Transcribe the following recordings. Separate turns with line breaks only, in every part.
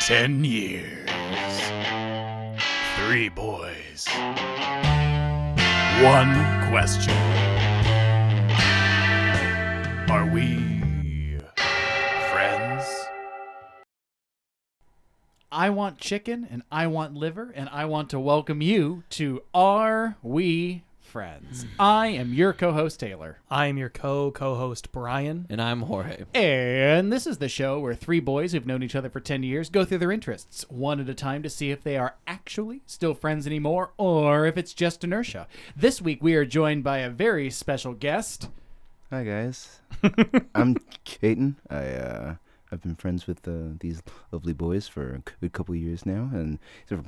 Ten years. Three boys. One question. Are we friends?
I want chicken and I want liver and I want to welcome you to Are We Friends? I am your co host, Taylor.
I am your co co host Brian.
And I'm Jorge.
And this is the show where three boys who've known each other for 10 years go through their interests, one at a time, to see if they are actually still friends anymore or if it's just inertia. This week we are joined by a very special guest.
Hi guys, I'm Caden. I uh, I've been friends with uh, these lovely boys for a good couple of years now, and so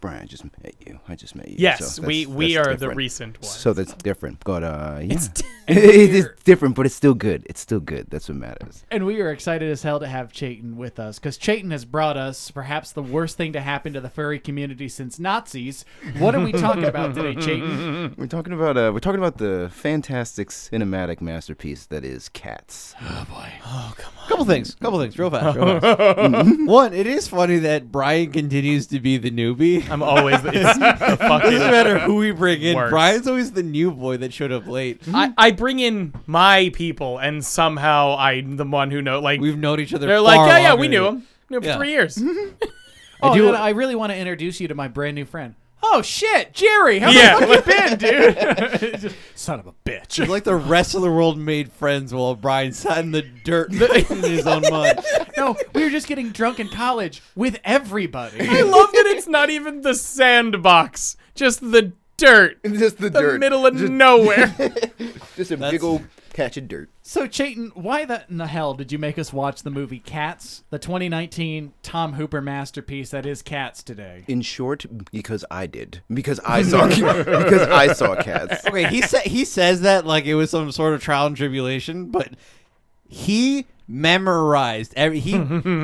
Brian, I just met you. I just met you. so
Yes,
that's-
we we
that's
are the
different.
recent ones.
So that's different, but uh, yeah,
It's
it is different, but it's still good. It's still good. That's what matters.
And we are excited as hell to have Chayton with us because Chayton has brought us perhaps the worst thing to happen to the furry community since Nazis. What are we talking about today, Chayton?
We're talking about uh, we're talking about the fantastic cinematic masterpiece that is Cats.
Couple things. Couple things. Real fast. Real fast. One, it is funny that Brian continues to be the newbie.
I'm always it's the
It doesn't
fucking.
matter who we bring in.
Worse.
Brian's always the new boy that showed up late.
I, I bring in my people, and somehow I'm the one who know. Like
We've known each other.
they're
far
like, yeah, yeah,
longer
we
than
knew
you."
him. Knew him for
Yeah.
three years.
Oh,
do-
and I really want to introduce you to my brand new friend. Oh shit, Jerry! How
Yeah.
the fuck you been, dude? Just, Son of a
It's
bitch.
like the rest of the world made friends while Brian sat in the dirt in his own mud.
No, we were just getting drunk in college with
I
everybody.
love that it's not even the sandbox, just the dirt, the
Just the, dirt,
middle of
just,
nowhere.
just a big
That's-
old patch of dirt.
So, Chayton, why the in the hell did you make us watch the movie Cats, the 2019 Tom Hooper masterpiece that is Cats today?
In short, because I did, because I saw, because I saw Cats.
Okay, he sa- he says that like it was some sort of trial and tribulation, but he memorized every he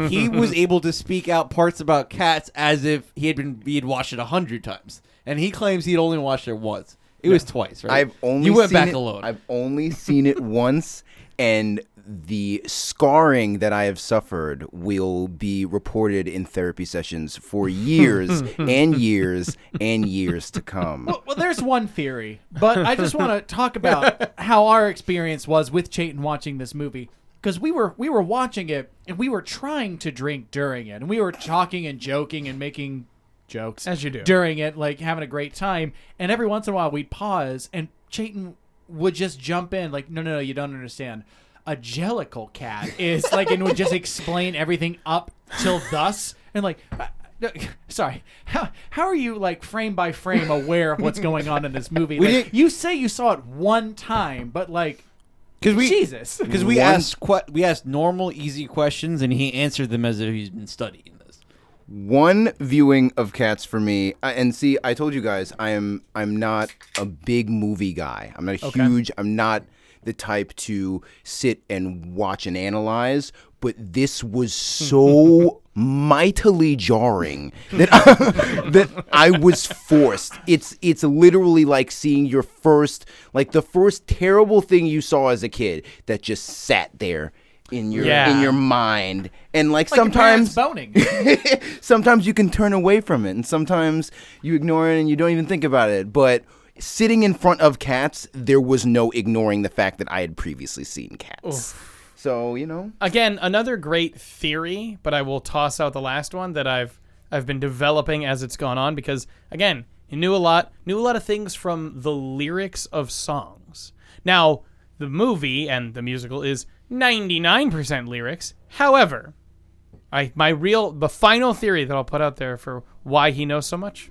he was able to speak out parts about cats as if he had been he had watched it a hundred times, and he claims he'd only watched it once. It was twice, right?
I've only
you went
seen
back
it,
alone.
I've only seen it once, and the scarring that I have suffered will be reported in therapy sessions for years and years and years to come.
Well, well, there's one theory, but I just want to talk about how our experience was with Chayton watching this movie because we were we were watching it and we were trying to drink during it and we were talking and joking and making jokes
As you do.
during it, like having a great time. And every once in a while, we'd pause and Chayton would just jump in like, "No, no, no, you don't understand." A jellicle cat is like, and would just explain everything up till thus, and like. uh, no, Sorry, how, how are you like frame by frame aware of what's going on in this movie? Like,
didn't-
you say you saw it one time, but like
Because we
Jesus,
because we
One-
asked que- we asked normal easy questions, and he answered them as if he's been studying this.
One viewing of Cats for me, I- and see, I told you guys, I am I'm not a big movie guy. I'm not a huge. I'm not the type to sit and watch and analyze. But this was so mightily jarring that that I was forced. It's it's literally like seeing your first like the first terrible thing you saw as a kid that just sat there in your in
Yeah.
your mind. And like,
like your parents
sometimes
boning.
sometimes you can turn away from it and sometimes you ignore it and you don't even think about it but sitting in front of cats there was no ignoring the fact that i had previously seen cats so you know
again another great theory but i will toss out the last one that i've i've been developing as it's gone on because again you knew a lot knew a lot of things from the lyrics of songs now the movie and the musical is 99% lyrics however i my real the final theory that i'll put out there for why he knows so much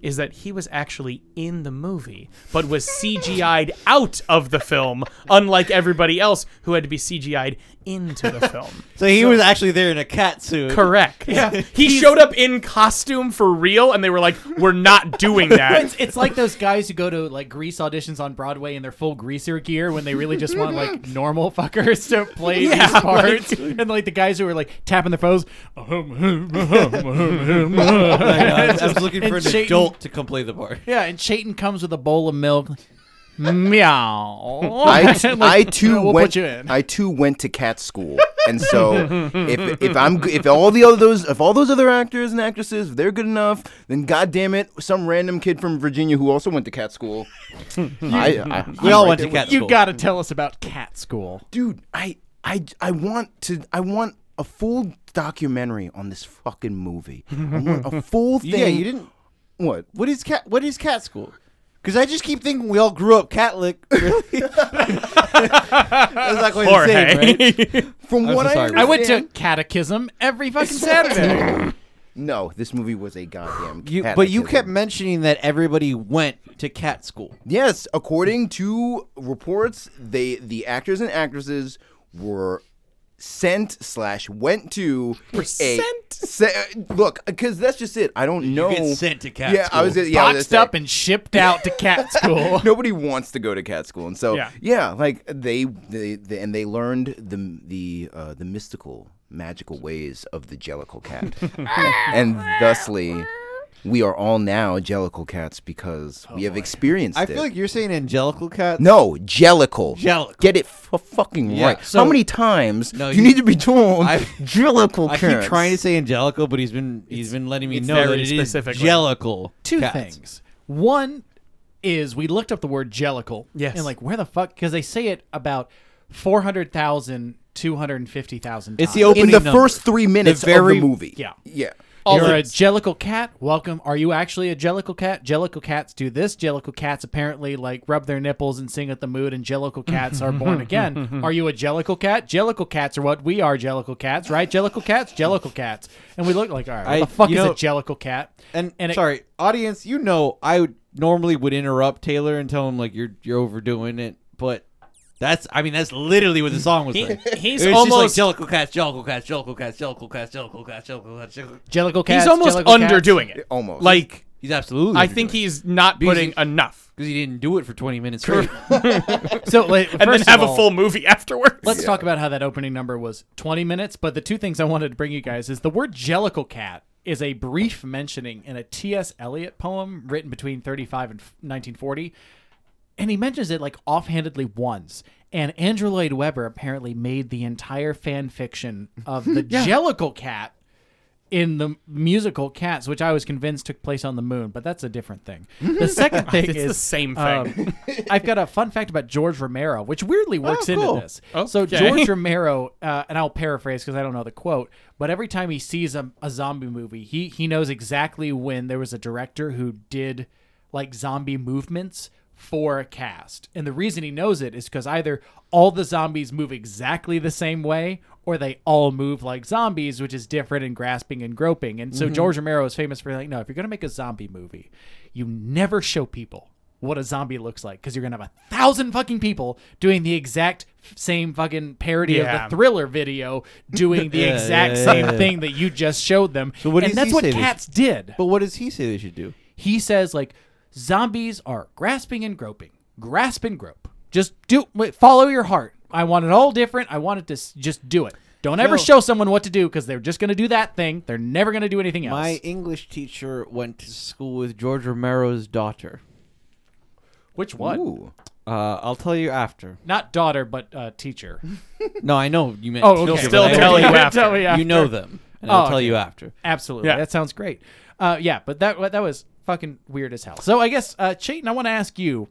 is that he was actually in the movie, but was CGI'd out of the film, unlike everybody else who had to be CGI'd into the film.
So he was actually there in a cat suit.
Correct. Yeah. He showed up in costume for real, and they were like, we're not doing that.
It's, it's like those guys who go to like Grease auditions on Broadway in their full greaser gear when they really just want like normal fuckers to play these parts, and like the guys who are like tapping their phones.
I, know, I was, I was looking for an
And Satan-
adult to come play the part.
yeah, and Chayton comes with a bowl of milk. Meow.
i,
Like,
I too
we'll
went
put you in.
i too went to cat school And so, if if I'm g- if all the other those if all those other actors and actresses if they're good enough, then god damn it, some random kid from Virginia who also went to cat school. I, I,
We
I'm
all
right
went
there
to
with-
cat
you
school.
gotta tell us about cat school.
dude. I I I want to. I want a full documentary on this fucking movie. I want a full thing.
Yeah, you didn't.
What?
What is cat? What is cat school? Because I just keep thinking we all grew up Catholic. Really. That's not quite the same, right?
Uh, From
I'm
what
so
I understand,
sorry.
I went to catechism every fucking Saturday.
No, this movie was a goddamn.
You, but you
catechism.
kept mentioning that everybody went to cat school.
Yes, according to reports, they the actors and actresses were sent slash went to a-
Sent?
se- look because that's just it. I don't know.
get sent to cat
Oh, yeah, I was
school.
yeah, I was
Boxed
gonna say,
up and shipped out to cat school.
Nobody wants to go to cat school, and so
Yeah.
yeah, like they, they, they and they learned the the uh, the mystical magical ways of the Jellicle cat, and thusly. We are all now Jellicle cats because we have experienced
Oh I
it.
feel like you're saying angelical cat.
No, jellicle.
Jellicle.
Get it f- fucking
Yeah,
right.
so-
How many times
No,
do you
you-
need to be told
I-
jellicle
I keep
cats?
trying to say angelical, but he's been he's been letting me
it's
know that
very
it is
specifically.
angelical.
two
cats.
things. One is we looked up the word jellicle.
Yes.
And like, where the fuck? Because they say it about 400,000, 250,000
It's
times.
the opening
Uh, in the
number.
first three minutes
very-
of the movie.
yeah.
Yeah.
You're a jellicle cat. Welcome. Are you actually a jellicle cat? Jellicle cats do this. Jellicle cats apparently like rub their nipples and sing at the mood, and jellicle cats are born again. Are you a jellicle cat? Jellicle cats are what we are, jellicle cats, right? Jellicle cats, jellicle cats. And we look like, all right, what
I-
the fuck is
you
a
know-
jellicle cat?
And,
And it-
sorry, audience, you know I would, normally would interrupt Taylor and tell him like you're you're overdoing it, but that's I mean that's literally what the song was.
He-
like.
he's
It was
almost-
just like Jellicle Cats, Jellicle Cats, Jellicle Cats, Jellicle Cats, Jellicle Cats, Jellicle Cats. Jellicle...
Jellicle cats.
He's almost
jellicle cats.
underdoing it.
Almost.
Like
He's absolutely.
I think he's not
Because
putting
he-
enough,
because he didn't do it for 20 minutes. Straight.
So, like,
and then
first of
have
all-
a full movie afterwards.
Let's talk about how that opening number was 20 minutes. But the two things I wanted to bring you guys is the word jellicle cat is a brief mentioning in a T.S. Eliot poem written between 35 and 1940. And he mentions it like offhandedly once. And Andrew Lloyd Webber apparently made the entire fan fiction of the jellicle cat in the musical Cats, which I was convinced took place on the moon, but that's a different thing. The second thing
It's
is
the same thing.
um, I've got a fun fact about George Romero, which weirdly works
cool.
into this. So
Okay.
George Romero, uh, and I'll paraphrase because I don't know the quote, but every time he sees a, a zombie movie, he he knows exactly when there was a director who did like zombie movements for a cast, and the reason he knows it is because either all the zombies move exactly the same way. Or they all move like zombies, which is different and grasping and groping. And so George Romero is famous for like, no, if you're gonna make a zombie movie, you never show people what a zombie looks like because you're gonna have a thousand fucking people doing the exact same fucking parody
Yeah.
of the thriller video doing the
Yeah,
exact
yeah, yeah,
same
yeah.
thing that you just showed them so
what
and
does
that's
he
what
say they
cats did
but what does he say they should do?
he says like zombies are grasping and groping grasp and grope just do wait, follow your heart i want it all different i want it to s- just do it don't ever
No.
show someone what to do because they're just gonna do that thing they're never gonna do anything else
My English teacher went to school with George Romero's daughter.
which one
Ooh.
Uh, I'll tell you after.
not daughter but uh, teacher
no, I know you meant.
oh okay.
teacher,
Still
but I-
tell you after.
Tell me
You know them, and
Oh,
I'll tell
okay.
you after.
Absolutely.
Yeah.
That sounds great. Uh, yeah, but that that was fucking weird as hell. So I guess uh, Chayton, I want to ask you,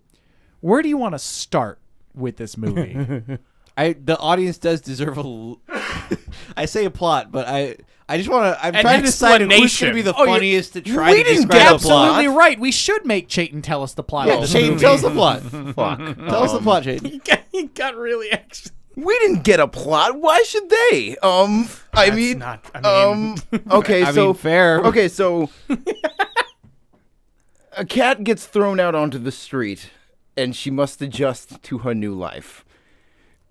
where do you want to start with this movie?
I the audience does deserve a. L- I say a plot, but I I just want to. I'm
An
trying to decide who's going
explanation.
to be the
Oh, you-
funniest to try to
didn't
describe the plot.
Absolutely right. We should make Chayton tell us the plot.
Yeah,
of this
Shane,
movie.
tell us the plot. tell
Fuck.
us the
Um,
plot, Shane.
He got- he got really extra.
We didn't get a plot. Why should they? Um, I
That's
mean,
not- I mean-
um, okay,
I
so
mean, fair.
Okay, so a cat gets thrown out onto the street, and she must adjust to her new life.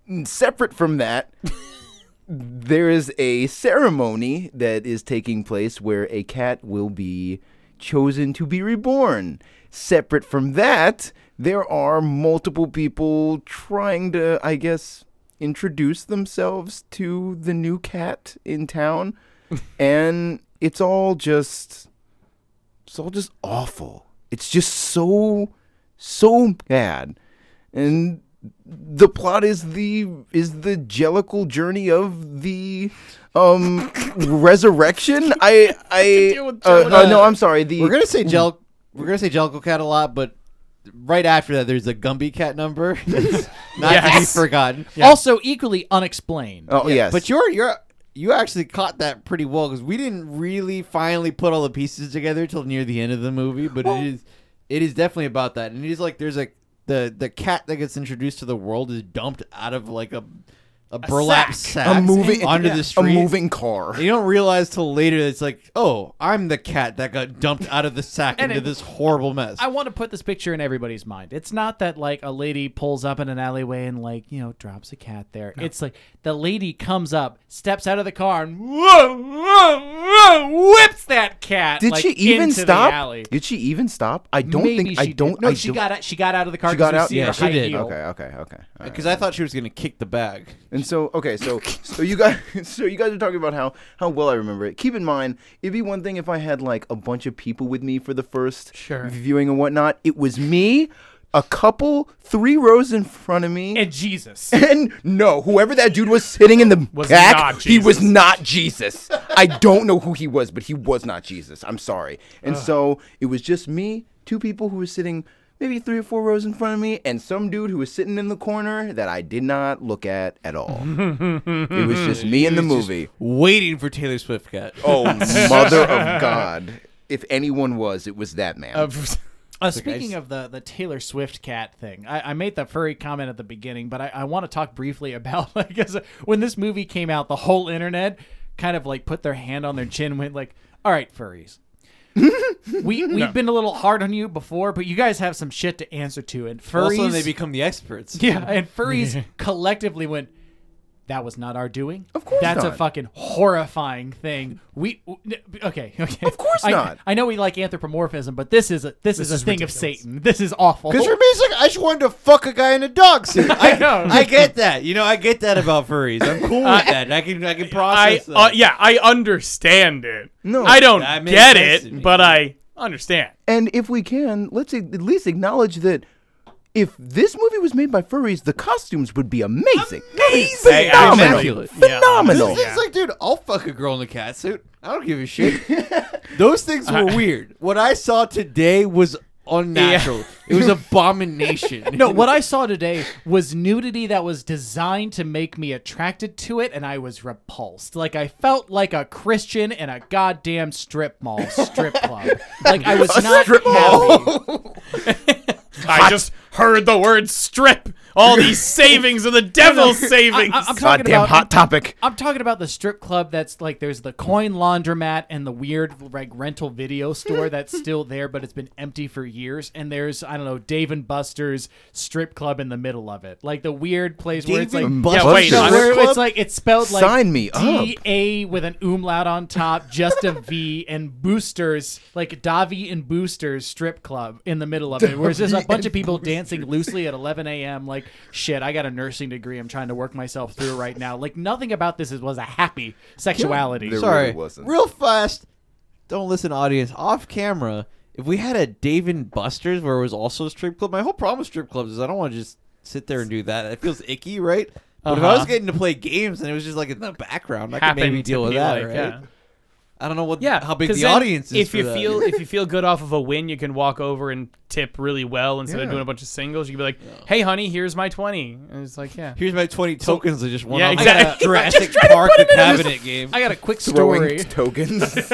And Separate from that, there is a ceremony that is taking place where a cat will be chosen to be reborn. Separate from that, there are multiple people trying to, I guess, introduce themselves to the new cat in town. and it's all just it's all just awful. It's just so so bad. And the plot is the is the jellical journey of the um resurrection. I
deal
I
with
uh, uh,
Jellicle.
no, I'm sorry. The
We're gonna say Jell. We're gonna say Jellicle Cat a lot, but right after that, there's a Gumby Cat number. That's not to be
Yes.
forgotten.
Also, equally unexplained.
oh yes,
But you're you're you actually caught that pretty well because we didn't really finally put all the pieces together till near the end of the movie. But it is it is definitely about that, and it is like there's like the the cat that gets introduced to the world is dumped out of like a a burlap sack,
a moving
onto
yeah,
the street.
a moving car.
And you don't realize till later that it's like, oh, I'm the cat that got dumped out of the sack
And
into
it-
this horrible mess.
I want to put this picture in everybody's mind. It's not that like a lady pulls up in an alleyway and like you know drops a cat there. It's like the lady comes up, steps out of the car, and whoa, whoa, whoa, whips that cat.
Did
like,
she even
into the
stop?
alley.
Did she even stop? I don't
Maybe
think. I
she
don't.
did. No,
I
she
don't-
got out. She got out of the car.
She
'cause
got
we
out?
see her
Yeah, she
high
did.
heel.
Okay, okay, okay. all right.
because I thought she was gonna kick the bag.
And so, okay, so so you guys, so you guys are talking about how how well I remember it. Keep in mind, it'd be one thing if I had like a bunch of people with me for the first
Sure.
viewing and whatnot. It was me, a couple, three rows in front of me, and,
And Jesus.
no, whoever that dude was sitting in the
Was
back,
not
he was
Jesus.
not Jesus. I don't know who he was, but he was not Jesus. I'm sorry. And so it was just me, two people who were sitting. Maybe three or four rows in front of me, and some dude who was sitting in the corner that I did not look at at all. It was just me in the movie.
Waiting for Taylor Swift cat.
Oh, mother of God. If anyone was, it was that man.
Uh, speaking of the, the Taylor Swift cat thing, I, I made the furry comment at the beginning, but I, I want to talk briefly about like 'cause when this movie came out, the whole internet kind of like put their hand on their chin, and went like, "All right, furries, we we've been a little hard on you before, but you guys have some shit to answer to." And furries,
Also, they become the experts.
yeah, and furries collectively went. That was not our doing. Of
course
that's a
not."
fucking horrifying thing. We w- n- okay, okay. Of
course
I,
not.
I know we like anthropomorphism, but this is a this, is a
is
thing
ridiculous.
of Satan. This is awful.
Because for me, it's like I just wanted to fuck a guy in a dog suit. I,
know.
I get that. You know, I get that about furries. I'm cool with that. I can I can
I
process
uh,
that.
yeah, I understand it.
No,
I don't
that makes
get
sense to me.
it, but I understand.
and if we can, let's at least acknowledge that if this movie was made by furries, the costumes would be amazing. Amazing!
Hey,
Phenomenal.
actually,
yeah.
Phenomenal.
It's like, dude, I'll fuck a girl in a cat suit. I don't give a shit. Those things were weird. What I saw today was unnatural. It was abomination.
no, what I saw today was nudity that was designed to make me attracted to it, and I was repulsed. Like I felt like a Christian in a goddamn strip mall, strip club. Like I was not
strip
happy.
I just heard the word strip. All these savings of the devil's
I,
savings.
am talking
Goddamn
about
hot topic.
I'm talking about the strip club that's like there's the coin laundromat and the weird like rental video store that's still there but it's been empty for years and there's I don't know Dave and Buster's strip club in the middle of it like the weird place where
Dave
it's like
and
Yeah,
wait,
No,
Strip
where
club?
it's like it's spelled like
Sign me up.
D A with an umlaut on top just a V and Boosters like Davi and Boosters strip club in the middle of it where it's just a bunch of people dancing loosely at 11 a.m. like shit I got a nursing degree I'm trying to work myself through right now like nothing about this is, was a happy sexuality
There-
Sorry.
really wasn't.
Real fast. Don't listen, audience. Off camera, if we had a Dave and Buster's where it was also a strip club, my whole problem with strip clubs is I don't want to just sit there and do that. It feels icky, right? But if I was
Uh-huh.
getting to play games and it was just like in the background, I could
Happened to
maybe deal with
be
that,
like,
right?
yeah.
I don't know what
Yeah,
how big
'cause
the
then
audience is.
If
for
you
that.
feel if you feel good off of a win, you can walk over and tip really well instead of
Yeah.
doing a bunch of singles. You can be like, "Hey, honey, here's my 20. and it's like, "Yeah."
here's my twenty tokens, I just won.
Yeah,
off my
exactly.
Jurassic Park the cabinet game.
I got a quick story
Throwing
Oh,
tokens.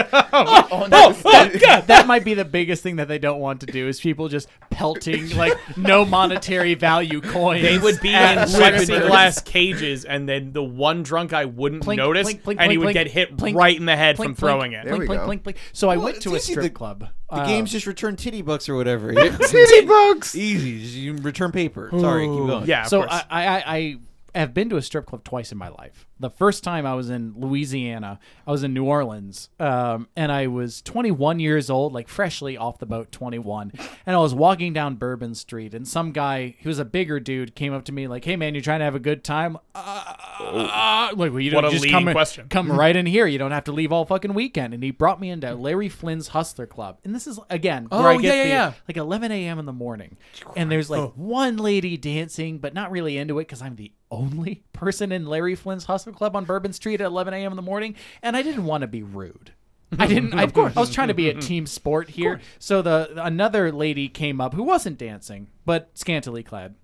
that might be the biggest thing that they don't want to do is people just pelting like no monetary value coins
They would be in
at strippers.
plexiglass cages, and then the one drunk guy wouldn't
Plink,
notice,
plink, plink,
and he
plink,
would
plink,
get hit
plink,
right in the head
Plink,
from
plink,
throwing it.
we
Plink, plink,
go.
plink, plink. So I
Well,
went to a
it's easy,
strip
the-
club.
The
Uh,
games just return titty bucks or whatever.
Titty bucks.
Easy, just you return paper. Sorry, keep going.
Yeah, of
so uh,
course.
I, I, I have been to a strip club twice in my life. the first time I was in Louisiana, I was in New Orleans, um, and I was 21 years old, like freshly off the boat, 21. And I was walking down Bourbon Street, and some guy who was a bigger dude came up to me like, "Hey man, you trying to have a good time?" Uh, uh, like, well, you don't
Oh. What a
just
leading
come,
question.
come right in here. You don't have to leave all fucking weekend. And he brought me into Larry Flynn's Hustler Club, and this is again where
Oh,
I get
yeah, yeah,
the-
yeah. Oh.
like 11 a.m. in the morning, and there's like one lady dancing, but not really into it because I'm the only person in Larry Flynn's Hustle Club on Bourbon Street at 11 a.m. in the morning, and I didn't want to be rude. I didn't. I, of course, I was trying to be a team sport here. So the another lady came up who wasn't dancing, but scantily clad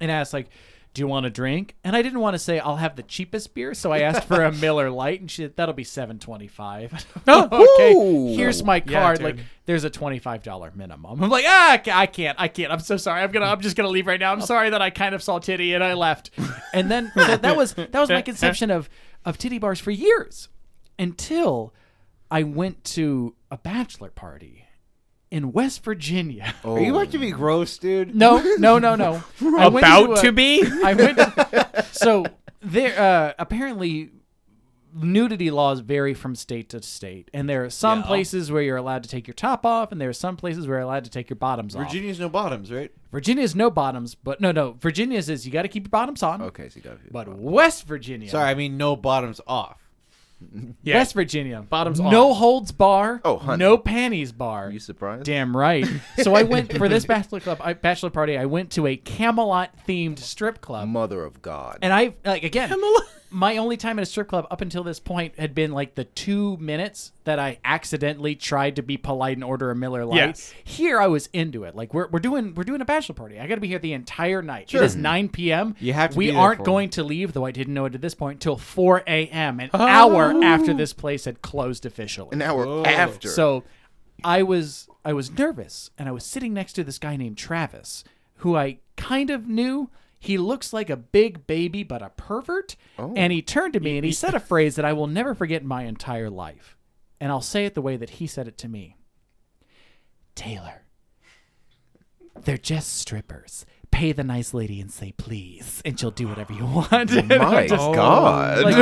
and asked like do you want a drink and i didn't want to say i'll have the cheapest beer so i asked for a miller light and she said that'll be 725 okay
Ooh.
here's my
Oh, Yeah,
card
dude.
like there's a $25 minimum i'm like ah i can't i can't i'm so sorry i'm gonna i'm just gonna leave right now i'm
Oh.
sorry that i kind of saw titty and i left and then so that was that was my conception of of titty bars for years until i went to a bachelor party in west virginia
Oh.
Are you about to be gross, dude?
no, no, no, no. I went
About
into a-
to be?
I went. so there, uh, apparently, nudity laws vary from state to state, and there are some places where you're allowed to take your top off, and there are some places where you're allowed to take your bottoms off.
Virginia's no bottoms, right?
Virginia's no bottoms, but no, no. Virginia's is you got to keep your bottoms on.
Okay, so you got
But West Virginia,
Sorry, I mean no bottoms off.
Yeah.
West Virginia,
Bottoms
no holds bar.
Oh, honey.
no panties bar.
you surprised?
Damn right. So I went for this bachelor club, I, bachelor party. I went to a Camelot themed strip club.
Mother of God.
And I like again, my only time at a strip club up until this point had been like the two minutes that I accidentally tried to be polite and order a Miller Lite.
Yes.
Here I was into it. Like we're, we're doing we're doing a bachelor party. I got to be here the entire night. It is 9 p.m.
You have to
We
be there
aren't
for it.
going to leave, though. I didn't know it at this point till 4 a.m. An
Oh.
hour after this place had closed officially.
An hour after.
oh, So I was I was nervous and I was sitting next to this guy named Travis who I kind of knew. He looks like a big baby but a pervert.
Oh.
And he turned to me and he said a phrase that I will never forget in my entire life. And I'll say it the way that he said it to me. Taylor. They're just strippers. Pay the nice lady and say please, and she'll do whatever you want. And I
Oh my
just-
God.
Oh, like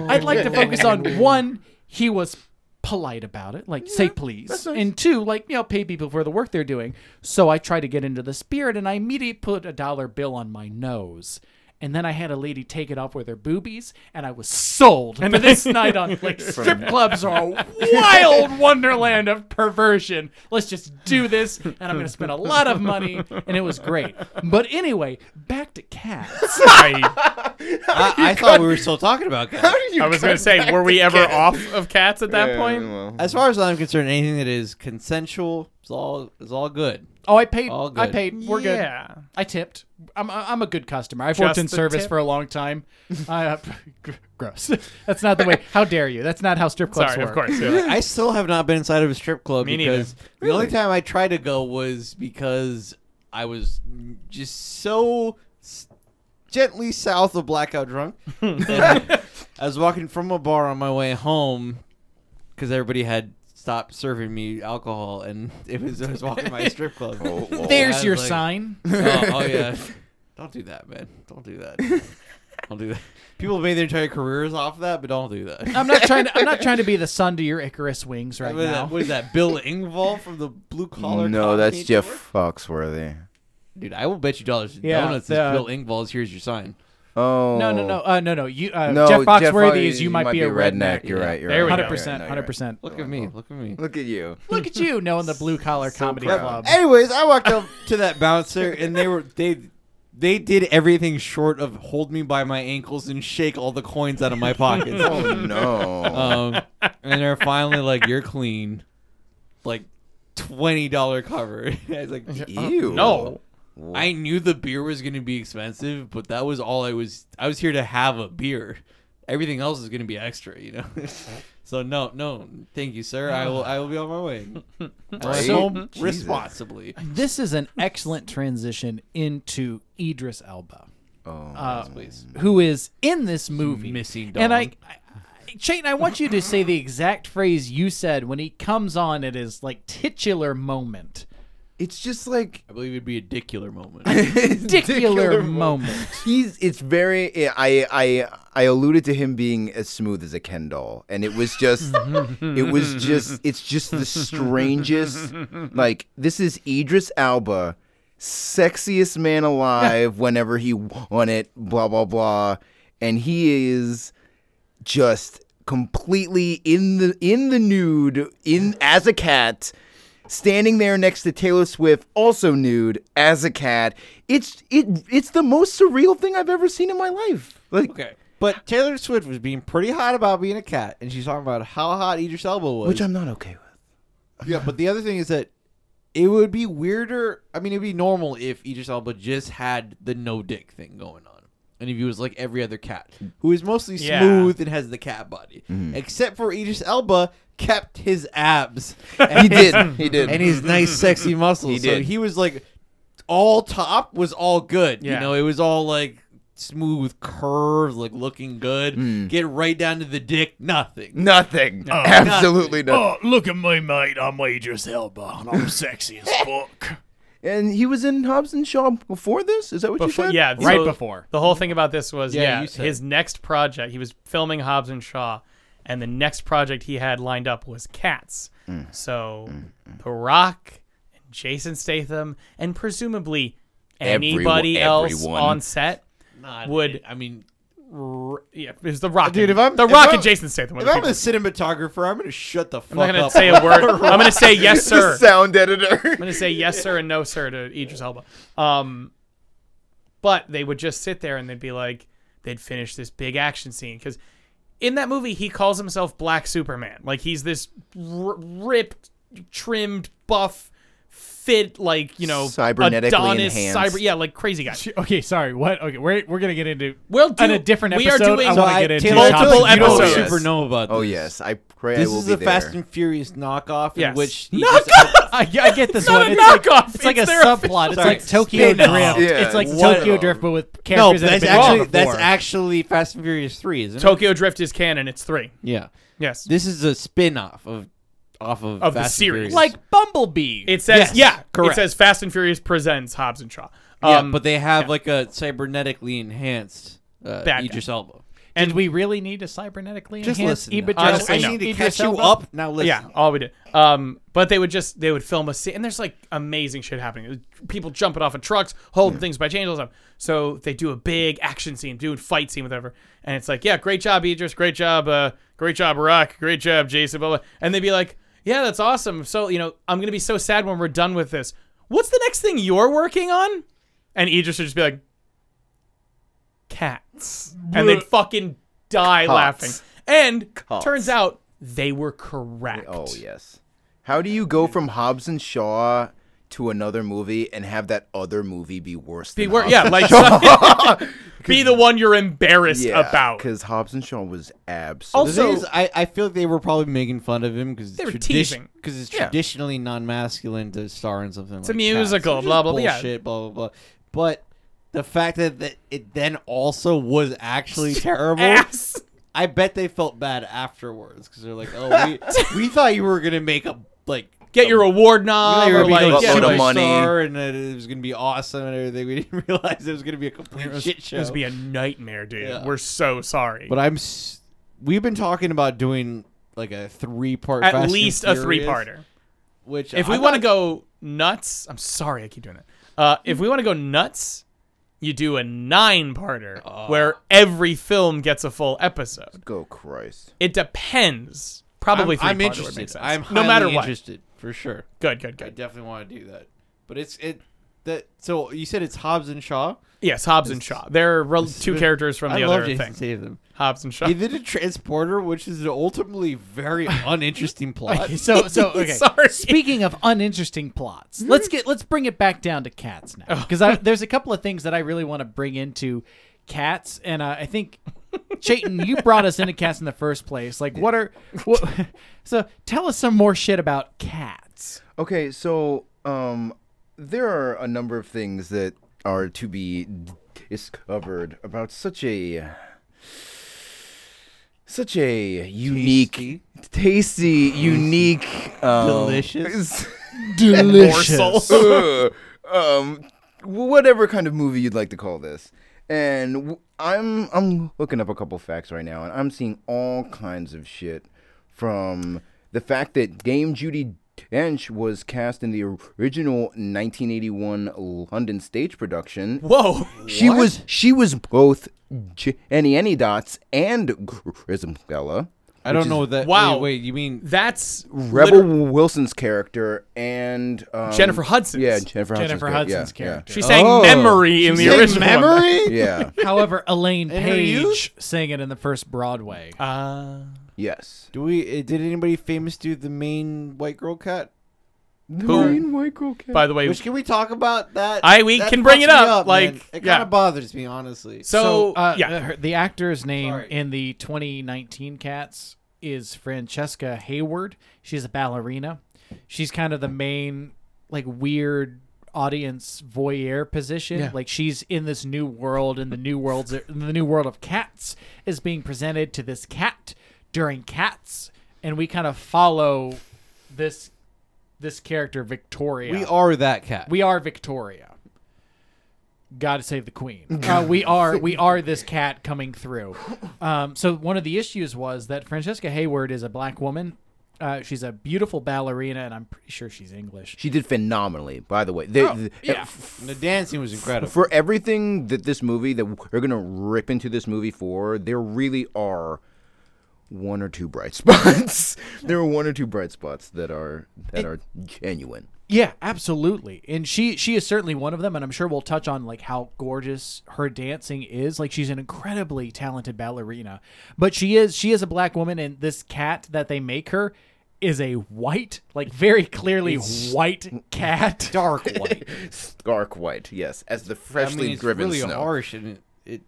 one, I'd like to focus on one. He was polite about it, like say please, and two, like you know, pay people for the work they're doing. So I try to get into the spirit, and I immediately put a dollar bill on my nose. And then I had a lady take it off with her boobies, and I was sold for this night on like strip clubs are a wild wonderland of perversion. Let's just do this, and I'm gonna spend a lot of money, and it was great. But anyway, back to cats.
I,
I, I thought we were still talking about cats.
I was going to say, were we ever off of cats at that point?
As far as I'm concerned, anything that is consensual is all is all good.
Oh, I paid.
All
I
good.
paid. We're good.
Yeah.
I tipped. I'm I'm a good customer. I've
Just
worked in
the
service
tip?
for a long time. I, uh, gr- gross. That's not the way. How dare you? That's not how strip clubs
Sorry,
work.
of course. yeah.
I still have not been inside of a strip club
Me neither.
because the only time I tried to go was because I was just so s- gently south of blackout drunk. And I was walking from a bar on my way home because everybody had stopped serving me alcohol, and it was I was walking by a strip club. Oh,
There's
I
your
was like-
sign.
oh yeah, don't do that, man. Don't do that. Don't do that. People have made their entire careers off of that, but don't do that.
I'm not trying. To, I'm not trying to be the sun to your Icarus wings right
What is
now.
that, uh, what is that, Bill Ingvall from the Blue Collar?
no, that's
Comedy
Jeff
Network?
Foxworthy.
Dude, I will bet you dollars to
Yeah,
donuts
the-
that Bill Ingvall's Here's Your Sign.
Oh.
no, no, no, uh, no, no. You, uh,
No,
Jeff Foxworthy
Fox-
is you might, be a redneck.
You're right. You're
There we
right.
Hundred
go.
You're right,
percent.
no, you're
Hundred
right.
percent.
Look at me. Look at me.
Look at you.
Look at you knowing the blue collar comedy
proud.
club.
Anyways, I walked up to that bouncer and they were they they did everything short of hold me by my ankles and shake all the coins out of my pockets.
Oh no.
um, and they're finally like, "You're clean," like twenty dollar cover. I was like,
Ew.
No.
I knew the beer was going to be expensive, but that was all I was. I was here to have a beer. Everything else is going to be extra, you know. so no, no, thank you, sir. I will. I will be on my way. I went
So-
home
Jesus.
responsibly.
This is an excellent transition into Idris Elba. Uh,
Oh.
Please.
who is in this movie.
Missing
And I,
Dawn.
I, I- Chayton, I want you to say the exact phrase you said when he comes on at his like titular moment.
It's just like
I believe it'd be a dicular moment.
Particular moment.
He's it's very I I I alluded to him being as smooth as a Ken doll, and it was just it was just it's just the strangest. Like this is Idris Alba, sexiest man alive. Whenever he won it, blah blah blah, and he is just completely in the in the nude in as a cat standing there next to Taylor Swift also nude as a cat it's it it's the most surreal thing i've ever seen in my life like
okay. But Taylor Swift was being pretty hot about being a cat, and she's talking about how hot Idris Elba was.
which i'm not okay with
yeah, but the other thing is that it would be weirder. I mean, it'd be normal if Idris Elba just had the no dick thing going on, and if he was like every other cat, who is mostly
Yeah.
smooth and has the cat body,
Mm-hmm.
except for Idris Elba kept his abs. And
he did he did
and his nice sexy muscles.
He
so
did.
he was like all top was all good. You
Yeah.
know, it was all like smooth curves, like looking good.
Mm.
Get right down to the dick, nothing.
nothing absolutely nothing
Oh, look at me, mate. I'm Idris Elba, and I'm sexy as fuck.
and he was in hobbs and shaw before this is that what
Before,
you said
yeah,
Right
so
before.
The whole thing about this was,
Yeah,
yeah,
you said.
his next project, he was filming Hobbs and Shaw, and the next project he had lined up was Cats.
Mm.
So The Rock, and Jason Statham, and presumably anybody
Everyone-
else
everyone.
on set.
Not
Would-
I mean
R- yeah, it was The Rock.
Dude,
and-
if I'm-
The
if
Rock
I'm-
and Jason Statham. were
if
the
I'm
people.
a cinematographer, I'm gonna shut the fuck
I'm not going to
up.
say a word. I'm going to say yes,
the
sir.
sound editor
I'm gonna say yes sir and no sir to Idris Elba. Um, but they would just sit there and they'd be like, they'd finish this big action scene because in that movie he calls himself Black Superman. Like he's this r- ripped, trimmed, buff, fit, like you know,
Cybernetically
Adonis,
enhanced.
cyber, yeah, like crazy guy.
Okay, sorry. What? Okay, we're, we're gonna get into
We'll do-
on a different
we are
episode.
doing-
I
So
want to
I-
get into
Taylor,
topics
multiple
you
you don't
don't-
episodes.
super know about
oh
this.
yes i pray
This
i will
is
be
a Fast
there
and Furious knockoff in
Yes.
which
Knockoff!
I, I get this
It's not
one.
a
it's like,
knockoff.
It's like a
It's their
subplot. It's
Sorry,
like Tokyo Drift.
spin-off.
Yeah.
It's like
What-
Tokyo Drift, but with
No,
characters that have
that's
been
actually
drawn
that's
before.
actually Fast and Furious three, isn't it?
Tokyo Drift is canon. It's three.
Yeah.
Yes.
This is a spin-off of off of,
Of the
Fast and
series.
Furious.
like Bumblebee.
it says
Yes,
yeah. It
correct.
says Fast and Furious presents Hobbs and Shaw.
yeah,
Um,
but they have like a cybernetically enhanced uh,
Bad guy.
Idris Elba.
and we really need a cybernetically
Just
enhanced
listen.
Idris
Honestly,
Elba?
no.
I need to
Idris
catch you
Elba?
up now. Listen,
Yeah, all we did. Um, but they would just they would film a scene, and there's like amazing shit happening. People jumping off of trucks, holding things by chains, all the time. So they do a big action scene, do a fight scene, whatever. And it's like, yeah, great job, Idris, great job, uh, great job, Rock, great job, Jason, blah blah. And they'd be like, yeah, that's awesome. So you know, I'm gonna be so sad when we're done with this. What's the next thing you're working on? And Idris would just be like, cats, and they'd fucking die laughing. And turns out they were correct.
Oh yes. How do you go from Hobbs and Shaw to another movie and have that other movie be worse?
Be
than
wor-
Hobbs?
yeah, like so- be the one you're embarrassed
yeah,
about.
because Hobbs and Shaw was
The
absolutely.
thing
So-
is, I, I feel like they were probably making fun of him because
They were teasing.
because it's
Yeah.
traditionally non-masculine to star in something. It's
a musical, blah, blah, blah, yeah.
bullshit, blah blah blah. But the fact that, that it then also was actually terrible.
Ass.
I bet they felt bad afterwards because they're like, "Oh, we, we thought you were gonna make a like
Get your award
We
knob.
thought Um, you were
or
gonna be
Oh, like-
like,
like,
yeah.
a
Load of money.
superstar and that it was gonna be awesome and everything. We didn't realize it was gonna be a complete shit show.
This would be a nightmare, dude.
Yeah.
We're so sorry.
but I'm, s- we've been talking about doing like a three part,
At least a three-parter.
Which
If we
I'm
want to
not-
go nuts, I'm sorry, I keep doing that. Uh, if we want to go nuts, you do a nine-parter where every film gets a full episode.
Go oh, Christ.
It depends.
I'm-
Probably
I'm,
three-parter would make
interested.
sense.
I'm
no
highly
matter what.
interested for sure.
Good, good,
I
good.
definitely want to do that. But it's it that so you said it's Hobbs and Shaw.
Yes, Hobbs and Shaw. They're rel- two characters from the
I love
other
Jason
thing.
Statham.
Hobbs and Shaw.
He did a transporter, which is an ultimately very uninteresting plot.
So so okay.
Sorry.
Speaking of uninteresting plots, let's get let's bring it back down to cats now because there's a couple of things that I really want to bring into cats, and uh, I think Chayton, you brought us into cats in the first place. Like, what are what, so? Tell us some more shit about cats.
Okay, so um, there are a number of things that are to be discovered about such a such a unique, tasty, unique, um,
Delicious.
Delicious.
Ugh. um, whatever kind of movie you'd like to call this. And w- I'm I'm looking up a couple facts right now, and I'm seeing all kinds of shit from the fact that Dame Judy Dench was cast in the original 1981 London stage production.
Whoa.
She was she was both Jenny Any Dots and Griselda.
I don't know what that.
Wow.
Wait, wait, you mean
That's
Rebel
liter-
Wilson's character and um,
Jennifer Hudson's.
Yeah, Jennifer Hudson's,
Jennifer
char-
Hudson's
yeah,
character.
She sang
Oh.
memory in the original. one.
memory?
Yeah. yeah.
However, Elaine
her
Page sang it in the first Broadway.
Uh,
yes.
Do we? uh, Did anybody famous do the main white girl cut?
The
Who-
main white girl character.
by the way,
Which can we talk about that?
I- we
That
can bring
fucks
it
me
up,
man.
like,
it kind of
yeah.
bothers me honestly.
so,
uh,
yeah,
her- the actor's name
Sorry.
in the 2019 Cats is Francesca Hayward. She's a ballerina. She's kind of the main like weird audience voyeur position.
Yeah.
Like she's in this new world, and the new world's the new world of cats is being presented to this cat during Cats, and we kind of follow this this character Victoria.
we are that cat.
We are Victoria. God save the queen. Uh, we are we are this cat coming through. Um, so one of the issues was that Francesca Hayward is a black woman. Uh, she's a beautiful ballerina, and I'm pretty sure she's English.
she did phenomenally. By the way, They- th-
Oh, yeah.
f-
the dancing was incredible.
for everything that this movie that we're gonna rip into this movie for, there really are one or two bright spots. there are one or two bright spots that are that are genuine.
Yeah, absolutely. And she she is certainly one of them and I'm sure we'll touch on like how gorgeous her dancing is. Like she's an incredibly talented ballerina. But she is she is a black woman and this cat that they make her is a white, like very clearly white cat. Dark white.
Stark white, yes, as the
I
freshly
mean, it's
driven
really
snow.
harsh, and it, it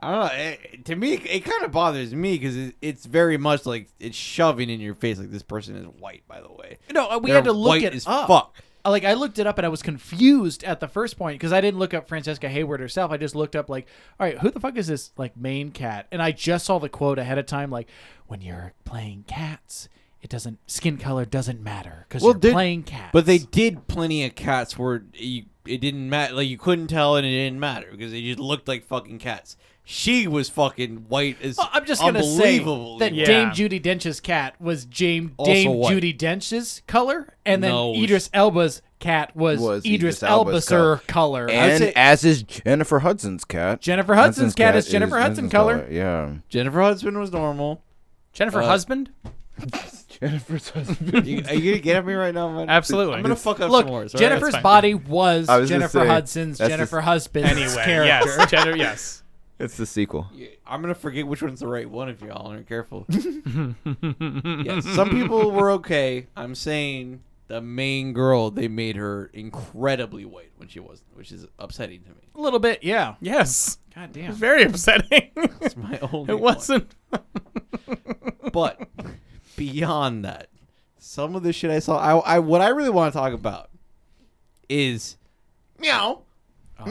I don't know. It, to me, it kind of bothers me because it, it's very much like it's shoving in your face. Like this person is white, by the way.
No, uh, we
They're
had to look
white
it
as
up.
fuck.
Uh, Like I looked it up and I was confused at the first point because I didn't look up Francesca Hayward herself. I just looked up like, all right, who the fuck is this like main cat? And I just saw the quote ahead of time like, when you're playing cats, it doesn't skin color doesn't matter because you're
they-
playing cats.
But they did plenty of cats where you, it didn't matter. Like you couldn't tell, and it didn't matter because they just looked like fucking cats. She was fucking white as
Well, I'm just gonna say
unbelievable.
that
Yeah.
Dame Judy Dench's cat was Dame,
Also
Dame
white.
Judy Dench's color, and then
No.
Idris Elba's cat was,
Was
Idris,
Idris Elba's
Elba's color.
would
And
say-
as is Jennifer Hudson's cat.
Jennifer Hudson's cat is Jennifer Hudson color.
Yeah.
Jennifer Hudson was normal.
Jennifer
uh,
Husband?
Jennifer's husband.
you, are you gonna get at me right now? Man?
Absolutely.
I'm gonna fuck up
Look,
some more. sorry.
Jennifer's
fine.
body was,
I was gonna
Jennifer
say,
Hudson's
that's
Jennifer
just-
Husband's
Anyway,
character.
yes. Jennifer, yes.
It's the sequel.
I'm gonna forget which one's the right one if y'all aren't careful. yes, some people were okay. I'm saying the main girl they made her incredibly white when she wasn't, which is upsetting to me.
A little bit, yeah.
Yes.
God damn.
Very upsetting.
It's my only.
it wasn't.
one. but beyond that, some of the shit I saw, I, I what I really want to talk about is meow.
so,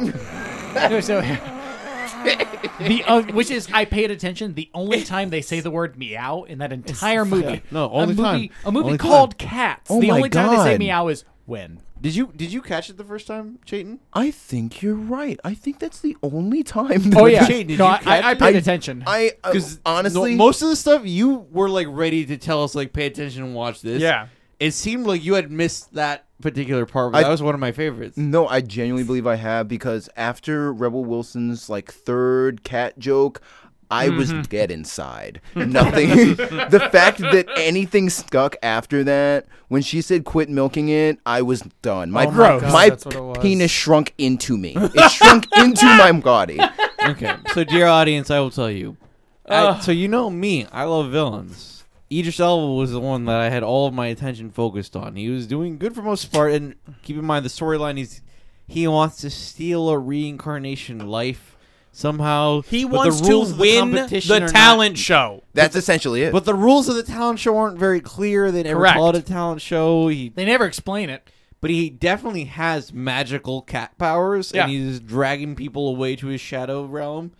the uh, which is I paid attention. The only time they say the word meow in that entire movie.
No,
a
only
movie,
time.
A movie
Only
called Cats.
Oh
the
my
only time they say
God.
meow is when.
Did you did you catch it the first time, Chayton?
I think you're right. I think that's the only time.
Oh yeah,
Jane, did
no,
you
I, I, I
catch
paid
it?
attention.
I uh, honestly
no- most of the stuff you were like ready to tell us, like pay attention and watch this.
Yeah.
it seemed like you had missed that particular part. But
I-
that was one of my favorites.
No, I genuinely believe I have because after Rebel Wilson's like third cat joke, I was dead inside. Nothing. the fact that anything stuck after that, when she said quit milking it, I was done. Oh My,
Gross. God,
my
that's what it was.
penis shrunk into me. It shrunk into my body.
okay, so dear audience, I will tell you. I, so you know me, I love villains. Idris Elba was the one that I had all of my attention focused on. He was doing good for most part, and keep in mind the storyline. He's he wants to steal a reincarnation life somehow.
He
but
wants
the rules
to
of
win the,
competition are not-
talent show.
That's essentially it.
But the rules of the talent show aren't very clear. They never
Correct.
call it a talent show. He,
they never explain it.
but he definitely has magical cat powers,
Yeah.
and he's dragging people away to his shadow realm.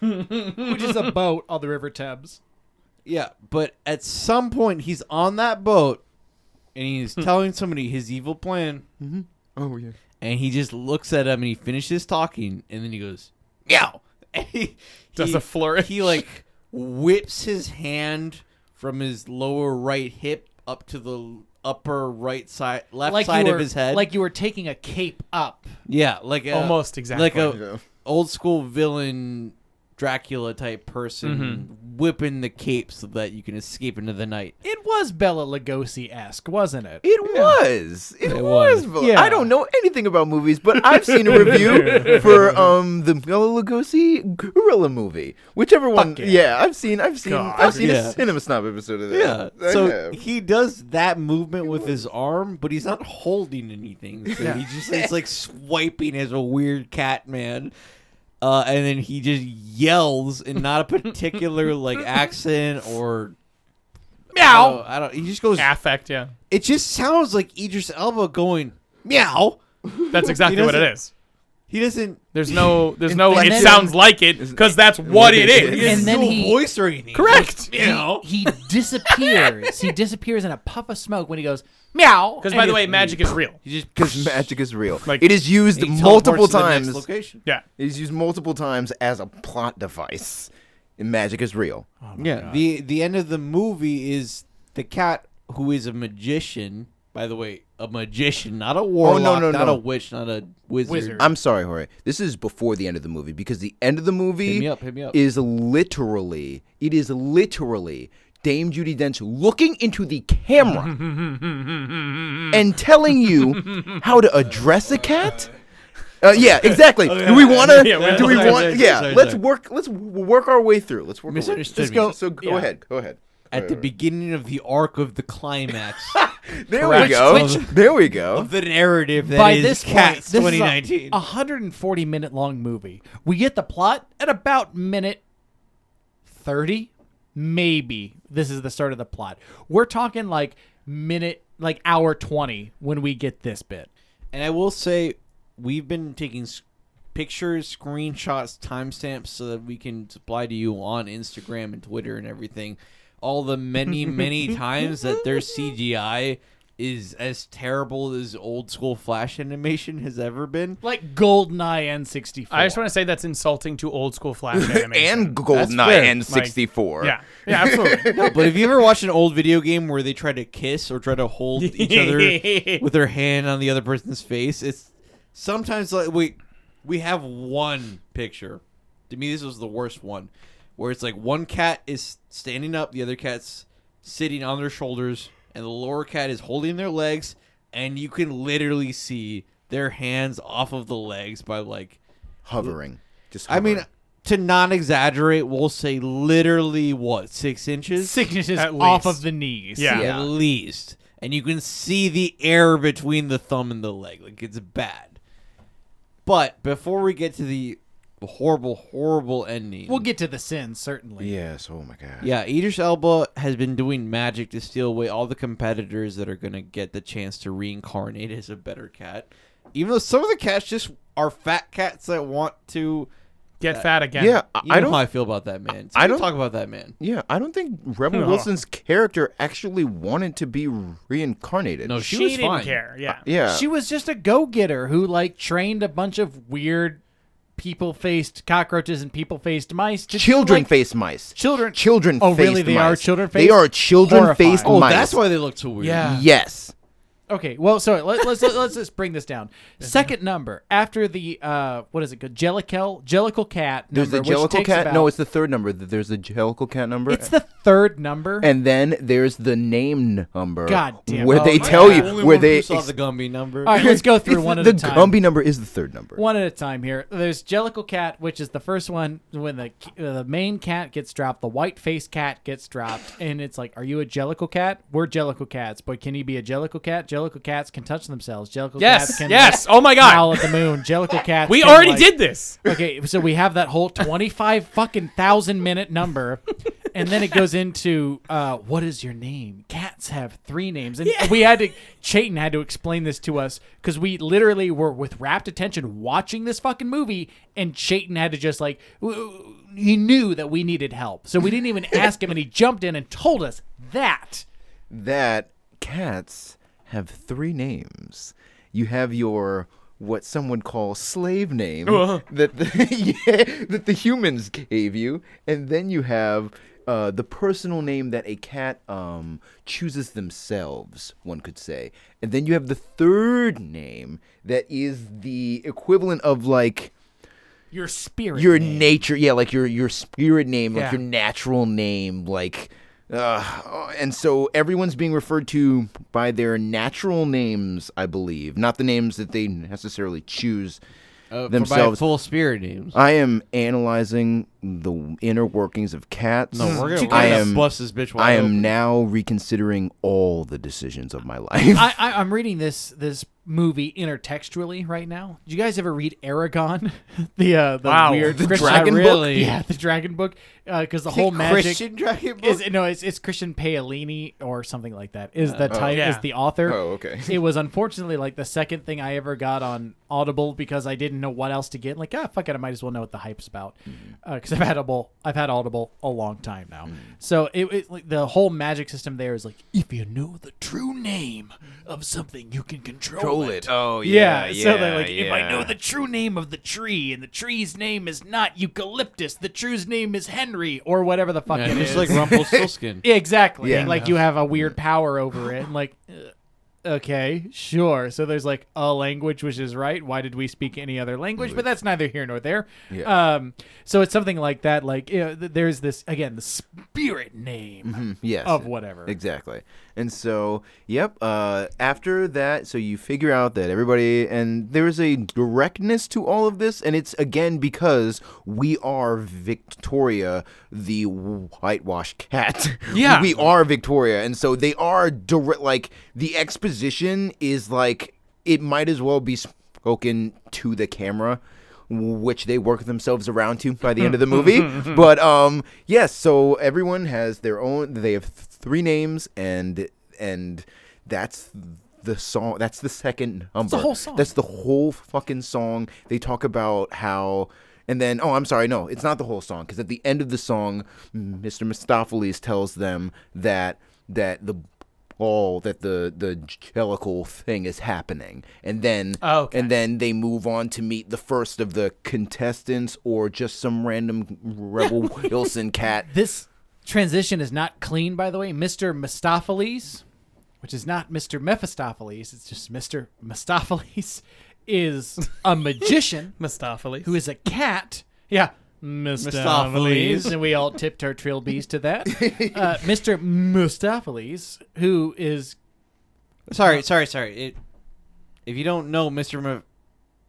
Which is a boat on the River Thames.
Yeah, but at some point he's on that boat, and
Hmm.
he's telling somebody his evil plan,
Oh yeah.
and he just looks at him and he finishes talking, and then he goes meow. And he,
Does
he-
a flourish.
He like whips his hand from his lower right hip up to the upper right side, left
like
side
you were,
of his head.
Like you were taking a cape up.
yeah, like a,
Almost exactly.
like a
Yeah.
old school villain Dracula type person
Mm-hmm.
whipping the cape so that you can escape into the night.
It was Bella Lugosi esque, wasn't it?
It was. It, was.
was.
Vel-
Yeah.
I don't know anything about movies, but I've seen a review for um the Bela Lugosi gorilla movie, whichever one.
yeah.
yeah. I've seen. I've seen.
God.
I've seen
Yeah.
a cinema snob episode of
Yeah.
that. I
So
have.
he does that movement with his arm, but he's not holding anything. So
Yeah.
he just it's like swiping as a weird cat man. Uh, and then he just yells in not a particular like accent or meow. I don't. He just goes.
affect, yeah.
It just sounds like Idris Elba going meow.
That's exactly what it
doesn't-
is.
He doesn't.
There's no there's no
And
it
then-
sounds like it because that's what it
it
is.
is.
And then
no
he-
voice or anything.
Correct.
Meow.
He disappears. he disappears in a puff of smoke when he goes meow.
Because
and
by the
he-
way, magic is real.
He just
Because magic is real.
Like-
it is used
he teleports
multiple
to the next
times. It
Location.
Yeah.
is used multiple times as a plot device. And magic is real.
Oh
yeah the the end of the movie is the cat who is a magician by the way a magician not a
Oh,
warlock
no,
not
no.
a witch not a wizard,
Wizard.
I'm sorry, Jorge. This is before the end of the movie because the end of the movie
Hit me up, hit me up.
is literally it is literally Dame Judy Dench looking into the camera and telling you how to address a cat. Uh, yeah, exactly. Do we want to?
Yeah, we're
do we
sorry,
want?
sorry,
Yeah,
sorry,
let's
sorry.
work. Let's w- work our way through. Let's work. our way-
Misunderstood
Just
me.
go. So go
Yeah.
ahead. Go ahead.
at
Uh,
the beginning of the arc of the climax
There
Correct.
we go.
Which-
there we go.
of the narrative that
by
is
this point,
cats
this
2019
is a 140 minute long movie. We get the plot at about minute 30, maybe. This is the start of the plot. We're talking like minute, like hour 20 when we get this bit.
and i will say we've been taking s- pictures screenshots timestamps so that we can supply to you on instagram and twitter and everything all the many many times that their cgi is as terrible as old school flash animation has ever been
Like GoldenEye N64.
I just want to say that's insulting to old school flash animation.
And
fair.
Goldeneye and
Like,
64.
yeah. Yeah, absolutely.
No, but have you ever watched an old video game where they try to kiss or try to hold each other with their hand on the other person's face? It's sometimes like we we have one picture. To me, this was the worst one, where it's like one cat is standing up, the other cat's sitting on their shoulders, and the lower cat is holding their legs, and you can literally see their hands off of the legs by like
Hovering. Just.
I mean.
hovering.
To not exaggerate, we'll say literally what six inches,
Sicknesses
At
off
least.
of the knees.
Yeah.
at least. And you can see the air between the thumb and the leg. Like it's bad. But before we get to the horrible, horrible ending,
We'll get to the sin, certainly.
Yes. Oh my God.
yeah, Idris Elba has been doing magic to steal away all the competitors that are gonna get the chance to reincarnate as a better cat. Even though some of the cats just are fat cats that want to.
Get fat again.
Yeah. I,
You know
I don't.
how I feel about that man.
I
I don't
don't-
talk about that man.
Yeah, I don't think Rebel
No.
Wilson's character actually wanted to be reincarnated.
No,
She,
she, was
didn't
fine.
care. Yeah.
Uh,
yeah,
She was just a go getter who, like, trained a bunch of weird people faced cockroaches and people faced mice to
children
like,
face mice.
Children.
Children.
Oh, really?
faced
They are
mice.
children-faced?
They are children faced
Horrifying.
Oh,
mice.
that's why they look so weird.
uh,
Yeah.
Yes.
Okay, well, sorry. Let, let's let, let's just bring this down. Second number after the uh, what is it? called? Jellicle Jellicle cat.
There's
number,
the
which
Jellicle
takes
cat. no,
about-
it's the third number. Th- There's the Jellicle cat number.
it's the third number.
and then there's the name number.
God damn.
Where
Oh,
they
my
tell
God.
you
Only
where
one
they
who saw
ex-
the Gumby number.
All right, let's go through one at
the
a time.
Gumby number is the third number.
One at a time here. There's Jellicle cat, which is the first one when the uh, the main cat gets dropped, the white faced cat gets dropped, and it's like, are you a Jellicle cat? We're Jellicle cats, but can you be a Jellicle cat? Jellicle cats can touch themselves. Jellicle
Yes.
cats can
Yes.
like,
Oh my
howl
god.
at the moon. Jellicle cats.
We
can,
already
like-
did this.
Okay, so we have that whole twenty-five fucking thousand minute number, and then it goes into uh, what is your name? Cats have three names, and we had to. Chayton had to explain this to us because we literally were with rapt attention watching this fucking movie, and Chayton had to just like w- w- he knew that we needed help, so we didn't even ask him, and he jumped in and told us that.
that cats have three names. You have your what some would call slave name that the, yeah, that the humans gave you, and then you have uh, the personal name that a cat um, chooses themselves, one could say, and then you have the third name that is the equivalent of like
Your spirit.
your
name.
nature yeah like your your spirit name like
Yeah.
your natural name like uh, and so everyone's being referred to by their natural names i believe not the names that they necessarily choose
Uh,
themselves
full spirit names.
i am analyzing the inner workings of cats
No, we're gonna,
She
we're
i
gonna
am
bust this bitch. Wide
i am
open.
now reconsidering all the decisions of my life
I, I, I'm reading this this movie intertextually right now. Did you guys ever read Aragon? the uh, the
Wow.
weird
The
Christian-
dragon
I
book?
really- Yeah, the dragon book. Because the whole magic
Christian Dragon Book.
is no, it's, it's Christian Paolini or something like that. Is the type
yeah.
is the author?
Oh, okay.
it was unfortunately like the second thing I ever got on Audible because I didn't know what else to get. Like ah, fuck it, I might as well know what the hype's about because I've had Audible, I've had Audible a long time now. So it, it like the whole magic system there is like if you know the true name of something, you can control, it.
oh
Yeah, so they're like, if I know the true name of the tree, and the tree's name is not eucalyptus, the true's name is Henry, or whatever the fuck
Yeah,
it
just
is.
like Rumpelstiltskin.
Yeah, Exactly.
Yeah.
And, like you have a weird power over it, and like, uh, okay, sure. So there's like a language which is right. Why did we speak any other language? But that's neither here nor there.
Yeah.
Um. So it's something like that. Like you know, th- there's this again, the spirit name
yes
of whatever.
Exactly. And so, yep, uh, after that, so you figure out that everybody, and there's a directness to all of this, and it's again because we are Victoria, the whitewashed cat.
Yeah.
we are Victoria. And so they are direct, like, the exposition is like, it might as well be spoken to the camera. Which they work themselves around to by the end of the movie, but um, yes. So everyone has their own. They have th- three names, and and that's the song. That's the second number. That's
the whole song.
That's the whole fucking song. They talk about how. And then, oh, I'm sorry, no, it's not the whole song because at the end of the song, Mr. Mistopheles tells them that that the all that the the jellicle thing is happening, and then
Oh, okay.
and then they move on to meet the first of the contestants or just some random Rebel Wilson cat
This transition is not clean, by the way. Mister Mistopheles, which is not Mister Mephistopheles, it's just Mister Mistopheles, is a magician.
Mistopheles.
who is a cat. Yeah. Mistopheles.
Mistopheles.
and we all tipped our trilbies to that. Uh, Mr. Mistopheles, who is
Sorry, sorry, sorry. It, if you don't know, Mister Me-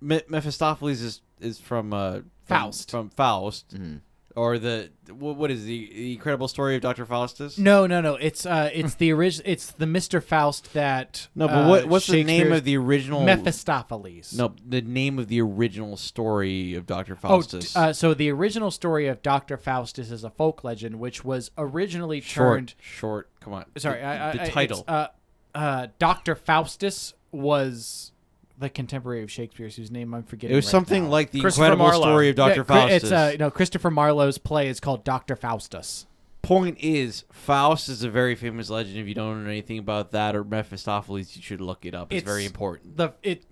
Me- Mephistopheles is is from uh, from-
Faust.
from Faust,
Mm-hmm.
or the what, what is the, the incredible story of Doctor Faustus?
no, no, no. It's uh, it's the original. It's the Mr. Faust that.
No, but
uh,
what, what's the name
Shakespeare's-
of the original?
Mephistopheles?
No, the name of the original story of Doctor
Oh,
Faustus.
uh, so the original story of Doctor Faustus is a folk legend, which was originally turned.
short, short. Come on.
Sorry,
the,
I, I,
the
I-
title.
it's, Uh, uh, Doctor Faustus was the contemporary of Shakespeare's, whose name I'm forgetting.
it was
right
something
now.
like the
Christopher
incredible
Marlowe.
story of Doctor
Yeah, Chri-
Faustus.
It's uh, no Christopher Marlowe's play is called Doctor Faustus.
Point is, Faust is a very famous legend. If you don't know anything about that or Mephistopheles, you should look it up. It's,
It's-
very important.
The it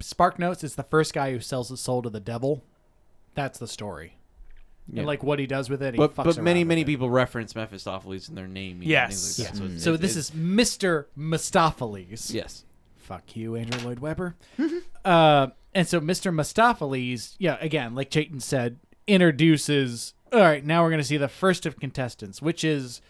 Spark Notes is the first guy who sells his soul to the devil. That's the story.
Yeah.
And like what he does with it, he
But
fucks
but many
around
many
with it.
people Mm. reference Mephistopheles in their name. you know,
Yes.
things like that.
Yeah.
it's-
so
it's-
this is Mr. Mistopheles.
yes.
Fuck you, Andrew Lloyd Webber. uh, and so Mr. Mistopheles, yeah, again, like Chayton said, introduces. All right, now we're gonna see the first of contestants, which is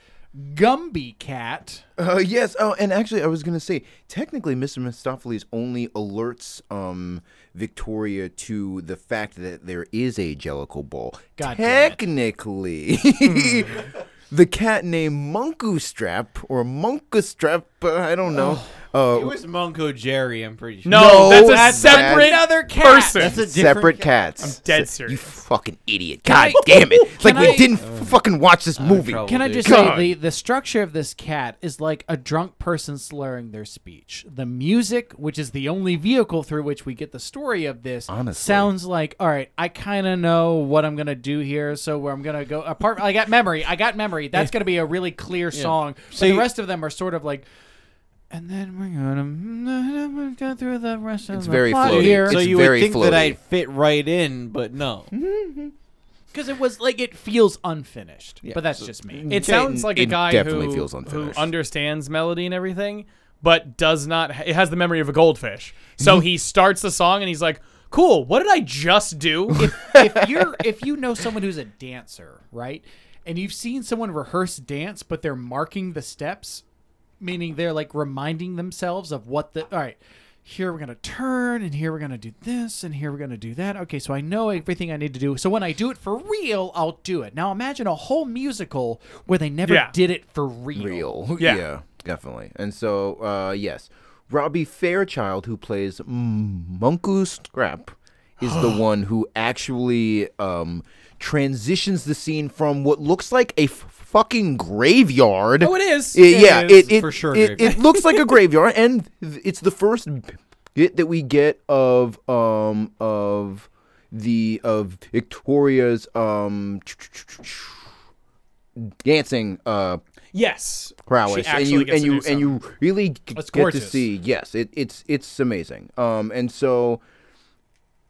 Gumby Cat.
Uh, yes. Oh, and actually, I was gonna say, technically, Mr. Mistopheles only alerts um Victoria to the fact that there is a Jellicle Ball.
God damn it. Hmm.
technically, the cat named Monkustrap or Monkustrap, uh, I don't know.
Oh,
It
Uh,
was Monko Jerry. I'm pretty sure.
no,
No,
that's a
that's
separate
another cat.
person.
that's a different
separate cats.
I'm dead
Se- You
serious.
fucking idiot! God damn it! It's like
Can
we
I-
didn't f- fucking watch this movie.
trouble.
Can I
dude.
just
God.
say the, the structure of this cat is like a drunk person slurring their speech. The music, which is the only vehicle through which we get the story of this,
Honestly.
sounds like all right. I kind of know what I'm gonna do here, so where I'm gonna go. Apart,
Eh.
I got memory. I got memory. That's gonna be a really clear song. But
So
the
you-
rest of them are sort of like.
And then we're gonna go through the rest of
It's
the
very
plot
floaty.
here.
It's
so you
very
would think
floaty.
that I'd fit right in, but no.
because it was like it feels unfinished. but that's just me.
It sounds like a
it
guy
definitely
who,
feels
who
unfinished.
understands melody and everything, but does not. It has the memory of a goldfish.
Mm-hmm.
So he starts the song and he's like, "Cool, what did I just do?"
if you're if you know someone who's a dancer, right, and you've seen someone rehearse dance, but they're marking the steps, meaning they're like reminding themselves of what the all right. Here we're gonna turn, and here we're gonna do this, and here we're gonna do that. Okay, so I know everything I need to do. So when I do it for real, I'll do it. Now imagine a whole musical where they never
Yeah.
did it for real.
real.
Yeah.
Yeah. definitely. And so, uh, yes, Robbie Fairchild, who plays M- Monku Scrap, is the one who actually um, transitions the scene from what looks like a f- fucking graveyard.
oh, it is.
It- yeah,
is
it, it,
for sure
It, it looks like a graveyard, and th- it's the first bit that we get of um of the of Victoria's um dancing uh
yes,
prowess,
She
and
actually
you
gets
and
to
you
do
and you really g-
It's
get to
gorgeous.
see. Yes, it, it's it's amazing. Um, and so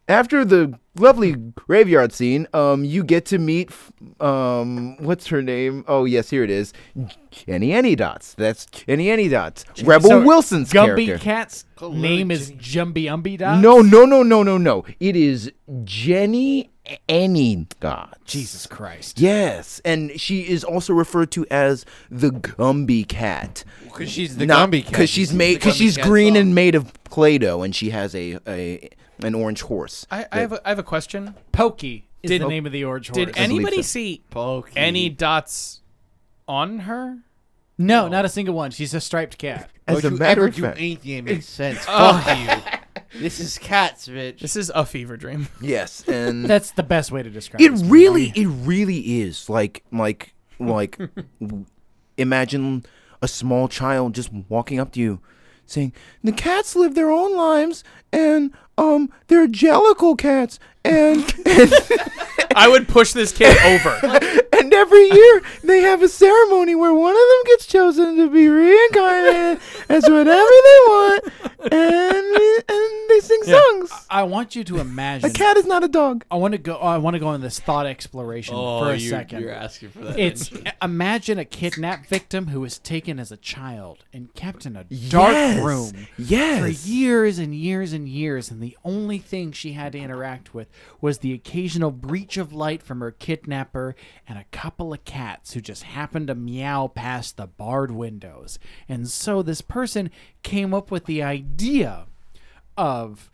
after the lovely graveyard scene, um, you get to meet, f- um, what's her name? Oh yes, here it is, Jenny Any Dots. That's Jenny Any Dots. Rebel
So,
Wilson's
Gumby
character.
Cat's name is Jumby Umby Dot.
no, no, no, no, no, no. It is Jenny Any Dots.
Jesus Christ.
Yes, and she is also referred to as the Gumby Cat.
Because she's the
Not-
Gumby cat.
she's made because she's green and made of Play-Doh, and she has a, a an orange horse.
I, I have. A, I have a question.
Pokey is
Did-
the name of the orange horse.
Did anybody
so.
see
Pokey.
any dots on her?
no, not a single one. She's a striped cat.
As a
you
matter
ever
of
do
fact, Oh.
anything that makes sense? Fuck you. This is cats, bitch.
This is a fever dream.
yes, and
That's the best way to describe
it
this movie.
really, it really is like like like w- imagine a small child just walking up to you, saying, "The cats live their own lives, and um, they're jellicle cats, and."
I would push this kid over.
And every year they have a ceremony where one of them gets chosen to be reincarnated as whatever they want, and and they sing songs.
I want you to imagine.
A cat is not a dog.
I want to go. I want to go on this thought exploration for a second.
Oh, You're asking for that.
It's imagine a kidnap victim who was taken as a child and kept in a dark
Yes.
room for
Yes.
years and years and years, and the only thing she had to interact with was the occasional breach of light from her kidnapper and a couple of cats who just happened to meow past the barred windows. And so this person came up with the idea of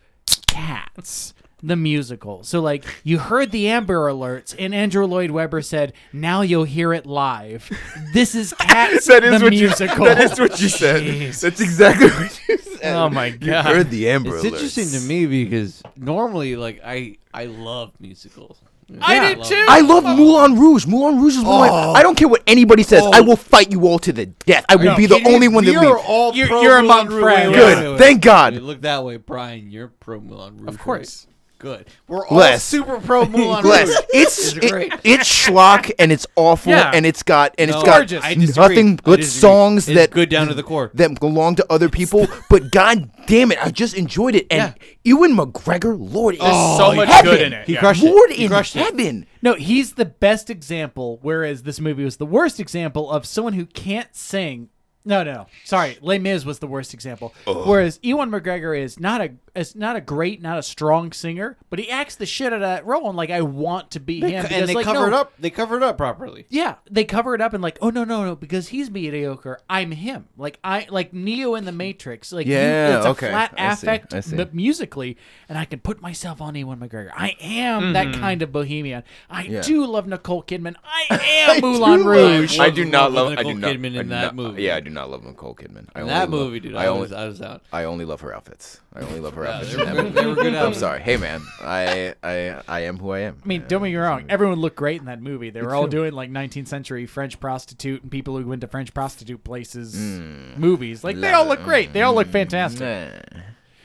cats. The musical. So, like, you heard the Amber Alerts, and Andrew Lloyd Webber said, "Now you'll hear it live." This is Cats. the musical.
what you said.
Jeez.
That's exactly what you said.
oh my god.
the Amber
It's interesting to me because normally, like, I I love musicals.
I did
love
too.
it.
I love Moulin Rouge. Moulin Rouge is one. of my- I don't care what anybody says. I will fight you all to the death. I will be the only one that
You're
leaves.
all
You're-
pro
you're
Moulin
among
Rouge.
friends.
Wait, wait,
Good.
wait, wait.
Thank God.
Wait, look that way, Brian. You're pro Moulin Rouge.
Of course.
right? Good. We're all
Less.
super pro Moulin
Less.
Rouge.
It's
It's great.
it- it's schlock and it's awful
Yeah.
and it's got and
No,
it's got
I disagree.
nothing
I
but
disagree.
songs
It's
that
good down to the core.
that belong to other people. but god damn it, I just enjoyed it. And Ewan McGregor, Lord, in
There's so much
heaven.
good in it.
He
yeah.
crushed it.
Lord
He
in
crushed it.
heaven.
No, he's the best example, whereas this movie was the worst example of someone who can't sing. No, no, no. Sorry, Les Mis was the worst example. Whereas Ewan McGregor is not a is not a great, not a strong singer, but he acts the shit out of that role and like I want to be him.
and
because,
they
like,
cover
no-
it up. They cover it up properly.
Yeah, they cover it up and like, oh no, no, no, because he's mediocre. I'm him. Like I like Neo in the Matrix. Like you-
Yeah,
it's a
okay,
flat
I see,
affect
I see.
but musically, and I can put myself on Ewan McGregor. I am that
Mm-hmm.
kind of bohemian. I do love Nicole Kidman. I am Moulin Rouge.
I do not love. I
Nicole
do not.
Kidman in
I do
that
not-
movie.
Yeah, I do not love Nicole Kidman. I only
that
love-
movie, dude. I,
I only
was, I was out.
I only love her outfits. I only love her outfits.
they
in that
were good-
movie.
they were
I'm
good outfits.
sorry. Hey man, I I I am who I am.
I mean, don't get me wrong. Everyone looked great in that movie. They were all doing like 19th century French prostitute and people who went to French prostitute places
Mm.
movies. Like they all look great. They all look fantastic.
Nah.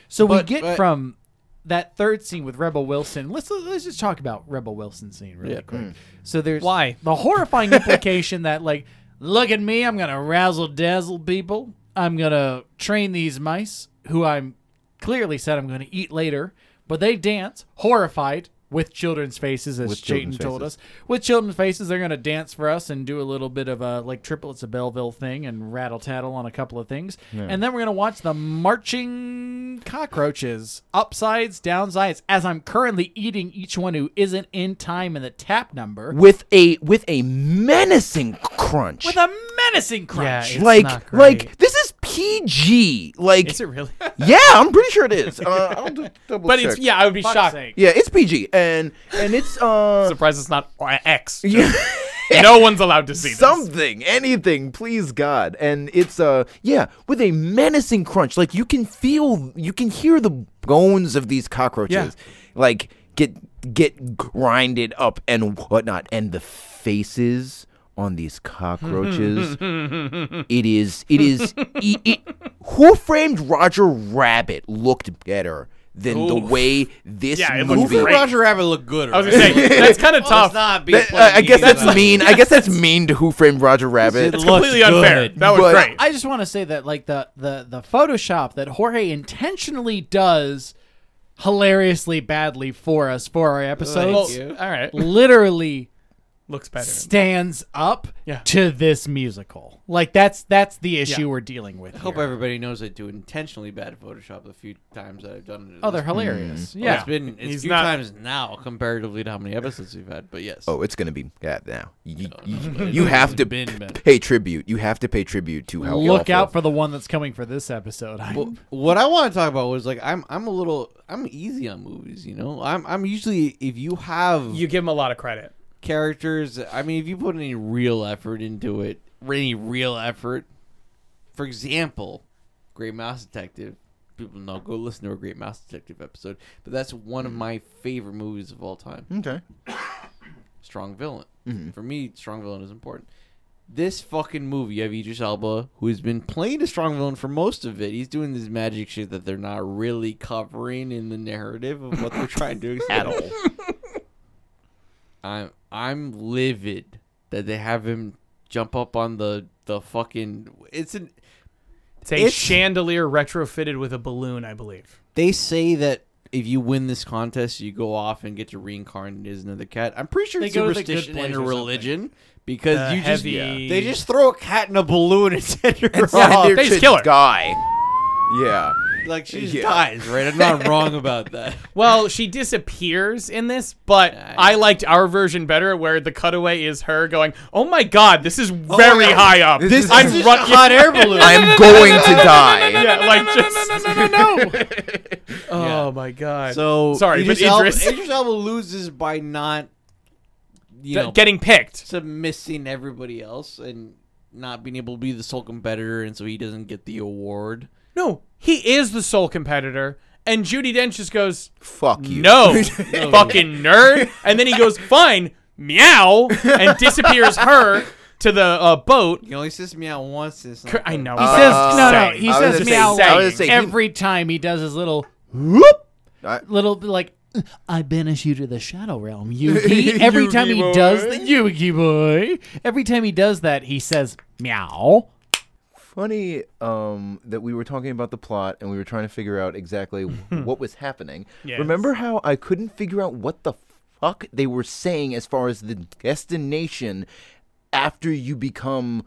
So
But-
we get
but-
from that third scene with Rebel Wilson. Let's let's just talk about Rebel Wilson scene really quick. So there's
Why?
the horrifying implication that like, look at me, I'm gonna razzle dazzle people. I'm gonna train these mice, who I'm clearly said I'm gonna eat later, but they dance, horrified, with children's faces, as Chayton
children's
told
faces.
us. With children's faces, they're gonna dance for us and do a little bit of a like triplets of Belleville thing and rattle tattle on a couple of things, and then we're gonna watch the marching cockroaches upsides, downsides, as I'm currently eating each one who isn't in time in the tap number
with a with a menacing crunch.
with a menacing
Yeah,
crunch.
it's not
like
great.
like this is PG. Like
Is it really?
yeah, I'm pretty sure it is. Uh, I'll do, double
But
check.
it's yeah, I would be
Fuck's
shocked.
sake.
yeah, it's PG, and and it's uh
Surprised it's not X.
yeah,
No one's allowed to see this.
something, anything, please God, and it's uh yeah with a menacing crunch. Like you can feel, you can hear the bones of these cockroaches, like get get grinded up and whatnot, and the faces on these cockroaches. It is. It is. it, it, who framed Roger Rabbit looked better than the
Oof.
way this
Yeah, it looked
movie.
Who
Great.
Roger Rabbit look good?
I was gonna say that's kind of tough.
Let's not be.
That- uh, I- I guess that's mean. I guess that's mean to Who Framed Roger Rabbit.
it's completely unfair. That was
but-
great.
I just want to say that like the the the Photoshop that Jorge intentionally does hilariously badly for us for our
Well,
episodes
all right,
literally
looks better.
stands up
Yeah.
to this musical. Like that's that's the issue we're dealing with.
I hope
here.
everybody knows I do intentionally bad Photoshop the few times that I've done it.
Oh, they're hilarious.
Yeah,
Yeah.
it's been it's a
He's
few
not-
times now comparatively to how many episodes we've had. But yes,
Oh, it's gonna be bad now. You, you, you have to
Been bad.
pay tribute. You have to pay tribute to how
Look
awful.
out for the one that's coming for this episode. I'm-
Well, what I want to talk about was like I'm I'm a little I'm easy on movies. You know, I'm I'm usually if you have
You give him a lot of credit.
characters. I mean, if you put any real effort into it, any real effort. For example, Great Mouse Detective. People know go listen to a Great Mouse Detective episode, but that's one
Mm.
of my favorite movies of all time.
Okay.
strong villain. For me, strong villain is important. This fucking movie, you have Idris Elba, who's been playing a strong villain for most of it. He's doing this magic shit that they're not really covering in the narrative of what they're trying to explain. At all. I'm I'm livid that they have him jump up on the the fucking. It's an.
It's a
It's-
chandelier retrofitted with a balloon, I believe.
They say that if you win this contest, you go off and get to reincarnate as another cat. I'm pretty sure
They
it's
go to the Good
superstition
Place
and a
or something.
religion because
The
you just
heavy-
they just throw a cat in a balloon and send her
Yeah,
Oh,
off.
they're
they just
to
kill her.
die. Yeah.
like she just
Yeah.
dies, right? I'm not wrong about that.
Well, she disappears in this, but
Yeah,
I liked our version better, where the cutaway is her going, "Oh my god, this is
my
very
God.
high up.
This
I'm
is
just
run-
a hot air balloon.
I am going to die.
yeah, like just no, no, no. oh my god.
So
sorry,
Idris
but
Elba,
Idris,
Idris Elba loses by not you know
getting picked.
submissing everybody else and not being able to be the sole competitor, and so he doesn't get the award.
No, he is the sole competitor, and Judy Dench just goes,
Fuck you.
"No, fucking nerd," and then he goes, "Fine, meow," and disappears her to the uh, boat.
You can only says meow once. and it's not
Cr- I
good.
know. Uh,
he says no, no.
Saying.
He
uh, I was
says
gonna
say
meow
saying. I was
gonna say he-
every time he does his little
Whoop. I-
little like "Uh, I banish you to the shadow realm. Yugi. Every time he
Yugi
does
boy.
the Yugi boy. Every time he does that, he says meow.
funny um, that we were talking about the plot and we were trying to figure out exactly what was happening.
Yes.
Remember how I couldn't figure out what the fuck they were saying as far as the destination after you become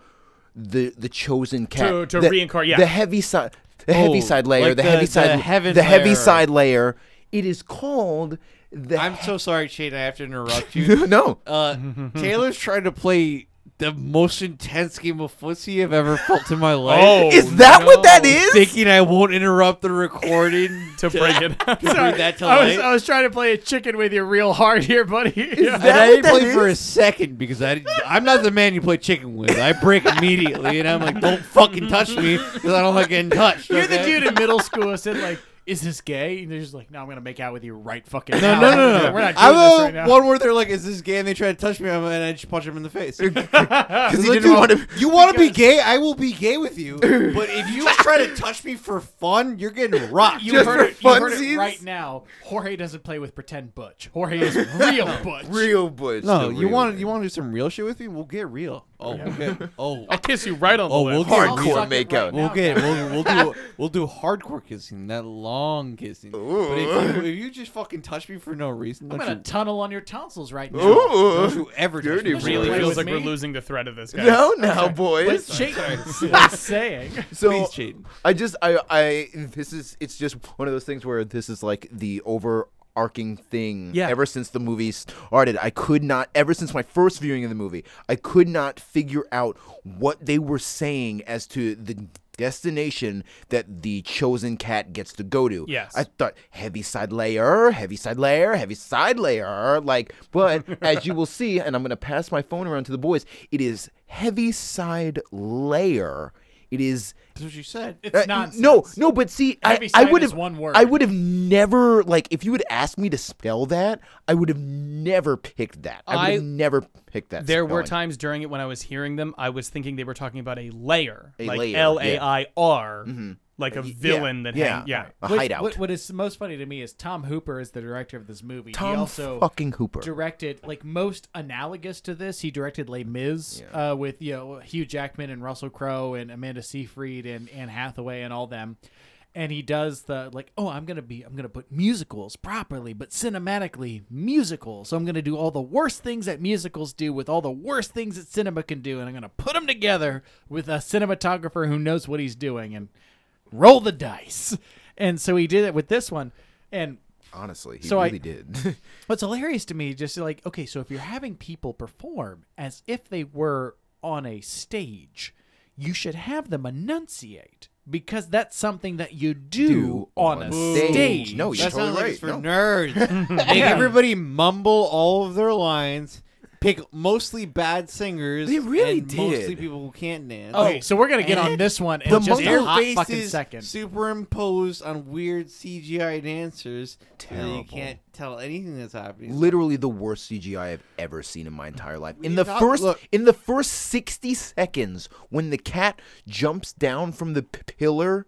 the the chosen cat
To- to
the,
reincarnate, yeah.
the heavy side the heavy
Oh,
side layer
like
the,
the-
heavy
the
side
heaven
the heavy
layer.
side layer it is called the
I'm so sorry, Shane. I have to interrupt you.
no
Uh, Taylor's trying to play the most intense game of footsie I've ever felt in my life.
is that what that
no.
is
Thinking I won't interrupt the recording.
To bring it up.
Sorry, that till
I was,
late.
I was trying to play a chicken with you real hard here, buddy. Yeah.
and I
that what
didn't
that
play for a
is?
second because I didn't, I'm not the man you play chicken with. I break immediately, and I'm like, "Don't fucking touch me," because I don't like getting touched.
You're the
okay?
dude in middle school who said like, "Is this gay?" And they're just like, "No, I'm gonna make out with you right fucking
No,
now."
no, no, no.
We're not doing
I'm
this
the
right now.
one where they're like, "Is this gay?" and they try to touch me, and I just punch him in the face.
because he
Like,
didn't
dude,
want to
You want to be gay? I will be gay with you. But if you try to touch me for fun, you're getting rocked.
You
Just
heard, it,
for
you heard it
funsies?
right now. Jorge doesn't play with pretend butch. Jorge is real butch.
real bush
no,
the
you
real
want
Bush.
you want to do some real shit with me? We'll get real. Oh, okay. Oh,
I'll kiss you right on the
Oh,
lips.
we'll get-
I'll suck
Hardcore
it
makeout.
right now,
We'll get
Kevin.
we'll, we'll do we'll do hardcore kissing, that long kissing. But if you, if you just fucking touch me for no reason,
I'm
don't
gonna
you,
tunnel on your tonsils right now.
don't
Ooh.
you ever touch
Dirty
me. for no
really
Play
reason.
feels
with
like
me?
we're losing the thread of this guy.
No, no,
What's
boys.
Chayton still saying?
So
Please, Jaden.
I just I I this is it's just one of those things where this is like the overarching thing
Yeah.
ever since the movie started i could not ever since my first viewing of the movie i could not figure out what they were saying as to the destination that the chosen cat gets to go to
Yes.
i thought heavy side layer heavy side layer heavy side layer like but as you will see and i'm going to pass my phone around to the boys it is heavy side layer it is
That's what you said.
It's
uh,
nonsense.
No, no, but see, I,
Heavy
I
side
would
is
have
one word.
I would have never like if you had asked me to spell that, I would have never picked that. I, would
I-
have never picked that.
There were
spelling.
times during it when I was hearing them, I was thinking they were talking about a layer,
A
like
layer, yeah.
L A I R, like a villain that
yeah,
hang- yeah.
a
What-
hideout.
What, what is most funny to me is Tom Hooper is the director of this movie.
Tom
he also
fucking Hooper.
directed like most analogous to this. He directed Les Mis uh, with you know Hugh Jackman and Russell Crowe and Amanda Seyfried and Anne Hathaway and all them. And he does the like, oh, I'm gonna be, I'm gonna put musicals properly, but cinematically musicals. So I'm gonna do all the worst things that musicals do with all the worst things that cinema can do, and I'm gonna put them together with a cinematographer who knows what he's doing and roll the dice. And so he did it with this one, and
Honestly, he
So I-
really did.
What's hilarious to me, just like, okay, so if you're having people perform as if they were on a stage, you should have them enunciate because that's something that you do,
Do
on,
on
a
stage.
stage.
No, you're
that
totally
sounds like
right.
it's for
No.
nerds. Make everybody mumble all of their lines. Pick mostly bad singers.
They really
and Mostly
did.
people who can't dance.
Okay, so we're gonna get on
Oh. And
this one in
the
just a
their
hot fucking
faces
second.
superimposed on weird CGI dancers. And
Terrible.
you can't tell anything that's happening.
Literally the worst CGI I've ever seen in my entire life. In the
not-
first
look-
in the first 60 seconds when the cat jumps down from the p- pillar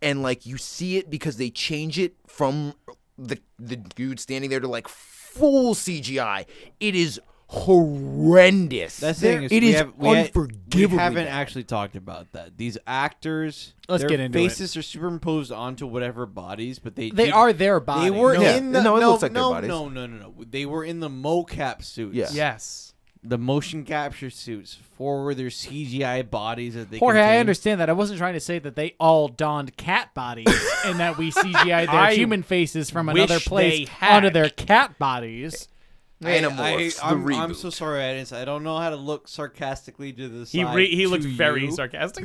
and like you see it because they change it from the the dude standing there to like full CGI. It is horrendous.
That's the thing. Is
it
we
is
have, we ha-
unforgivable.
we haven't actually talked about that. These actors,
Let's
their
get into it.
faces are superimposed onto whatever bodies, but they
They
did-
are their body.
They were
No. Yeah,
in the
no,
no,
it
no,
looks like their
no,
bodies.
no, no, no, no. They were in the mocap suits.
Yeah. Yeah.
Yes.
The motion capture suits for their CGI bodies that they.
Jorge, I
contain.
understand that. I wasn't trying to say that they all donned cat bodies and that we CGI
I
their human faces from
wish
another place
they had.
onto their cat bodies.
Animorphs,
I,
the
am I'm
reboot.
so sorry, Addis. I don't know how to look sarcastically to the
He
side
re- he
to
looked very
you,
sarcastic.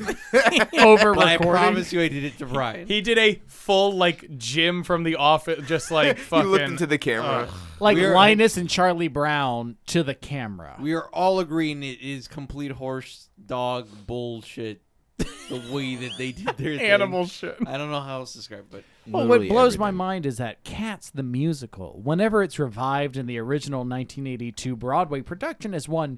Over
But I
recording.
promise you, I did it to Brian.
he did a full like Jim from the office, just like fucking.
he looked into the camera.
like
We are-
Linus and Charlie Brown to the camera.
we are all agreeing it is complete horse dog bullshit. the way that they did their thing.
animal shit.
I don't know how else to describe, it, but
well, what
Literally
blows my
everything.
mind is that Cats the musical, whenever it's revived in the original 1982 Broadway production, has won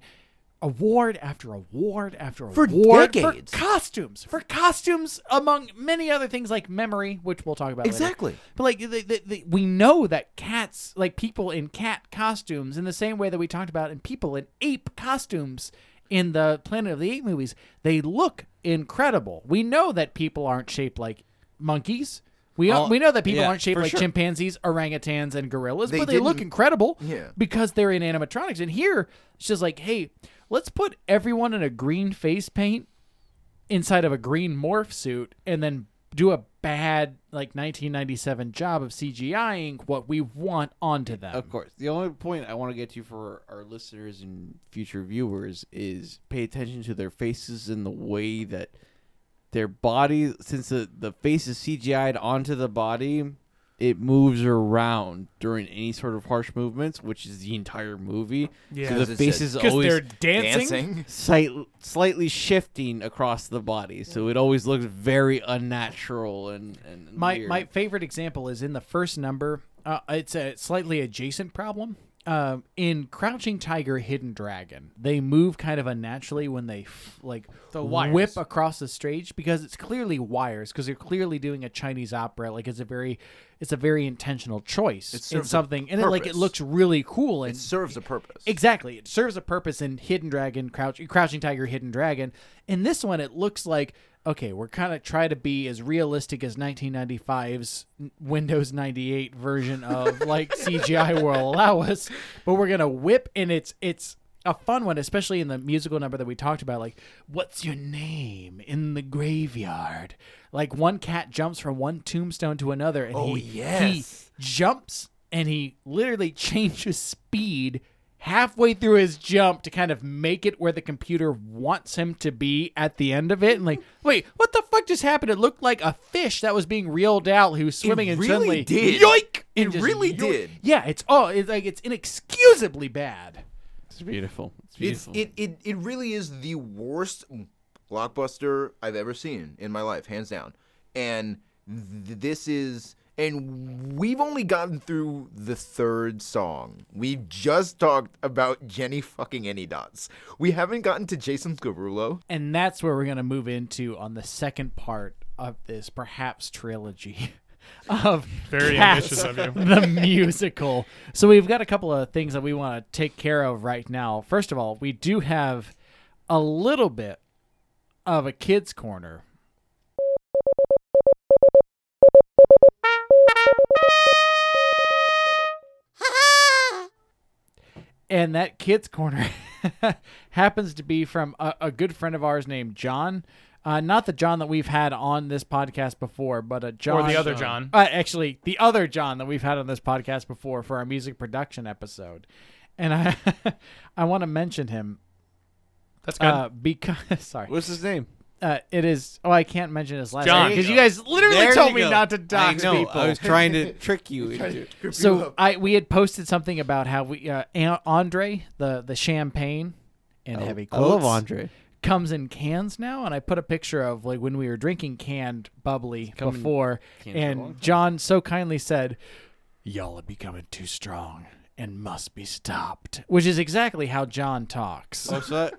award after award after
For
award
decades.
for costumes, for costumes among many other things like memory, which we'll talk about later.
Exactly.
But like the, the, the, we know that cats, like people in cat costumes, in the same way that we talked about in people in ape costumes in the Planet of the Ape movies, they look incredible. We know that people aren't shaped like monkeys. We
Oh,
we know that people
yeah,
aren't shaped
for
like
sure.
chimpanzees, orangutans, and gorillas,
They
but they look
didn't-
incredible
Yeah.
because they're in animatronics. And here it's just like, hey, let's put everyone in a green face paint inside of a green morph suit and then do a bad like 1997 job of CGIing what we want onto them.
Of course. The only point I want to get to for our listeners and future viewers is pay attention to their faces and the way that their body, since the, the face is CGI'd onto the body, it moves around during any sort of harsh movements, which is the entire movie.
Yeah.
So
As
the
it
face
says,
is
Because they're
always
dancing.
slight, slightly shifting across the body. So it always looks very unnatural and, and
My
weird.
my favorite example is in the first number. Uh, it's a slightly adjacent problem um, in Crouching Tiger, Hidden Dragon, they move kind of unnaturally when they f- like
The wires.
whip across the stage because it's clearly wires because they're clearly doing a Chinese opera. Like it's a very, it's a very intentional choice. in
serves a
something and it, like it
purpose.
looks really cool and
It serves a purpose.
Exactly. It serves a purpose in Hidden Dragon, Crouch, Crouching Tiger, Hidden Dragon. In this one, it looks like, okay, we're kind of trying to be as realistic as 1995's n- Windows 98 version of like CGI will allow us, but we're going to whip, and it's, it's, a fun one, especially in the musical number that we talked about, like "What's your name in the graveyard?" Like one cat jumps from one tombstone to another, and he,
Oh, yes.
he jumps and he literally changes speed halfway through his jump to kind of make it where the computer wants him to be at the end of it. And like, wait, what the fuck just happened? It looked like a fish that was being reeled out who was swimming and
really
suddenly
did.
yoink.
It
and just
really
yoink.
did.
Yeah, it's all it's like it's inexcusably bad.
It's beautiful. It's
It's
beautiful.
it, it it really is the worst blockbuster I've ever seen in my life, hands down. And th- this is and we've only gotten through the third song. We've just talked about Jenny fucking Anydots. We haven't gotten to Jason Scarulo.
And that's where we're going to move into on the second part of this perhaps trilogy of
Very
Cats,
ambitious of you.
the musical. So we've got a couple of things that we want to take care of right now. First of all, we do have a little bit of a kids corner. And that kids corner happens to be from a, a good friend of ours named John. Uh, not the John that we've had on this podcast before, but a John
Or the other John.
uh, actually, the other John that we've had on this podcast before for our music production episode, and I I want to mention him
That's good.
uh, because sorry,
What's his name?
uh, it is oh I can't mention his last
John.
name because you guys literally
There
told
you
me
go.
not to
I
dox
know,
people.
I was trying to trick you. into
so I we had posted something about how we uh, An- Andre the the champagne and heavy
I
quotes
love Andre.
comes in cans now and i put a picture of like when we were drinking canned bubbly before and john so kindly said y'all are becoming too strong and must be stopped which is exactly how john talks
What's Oh, that?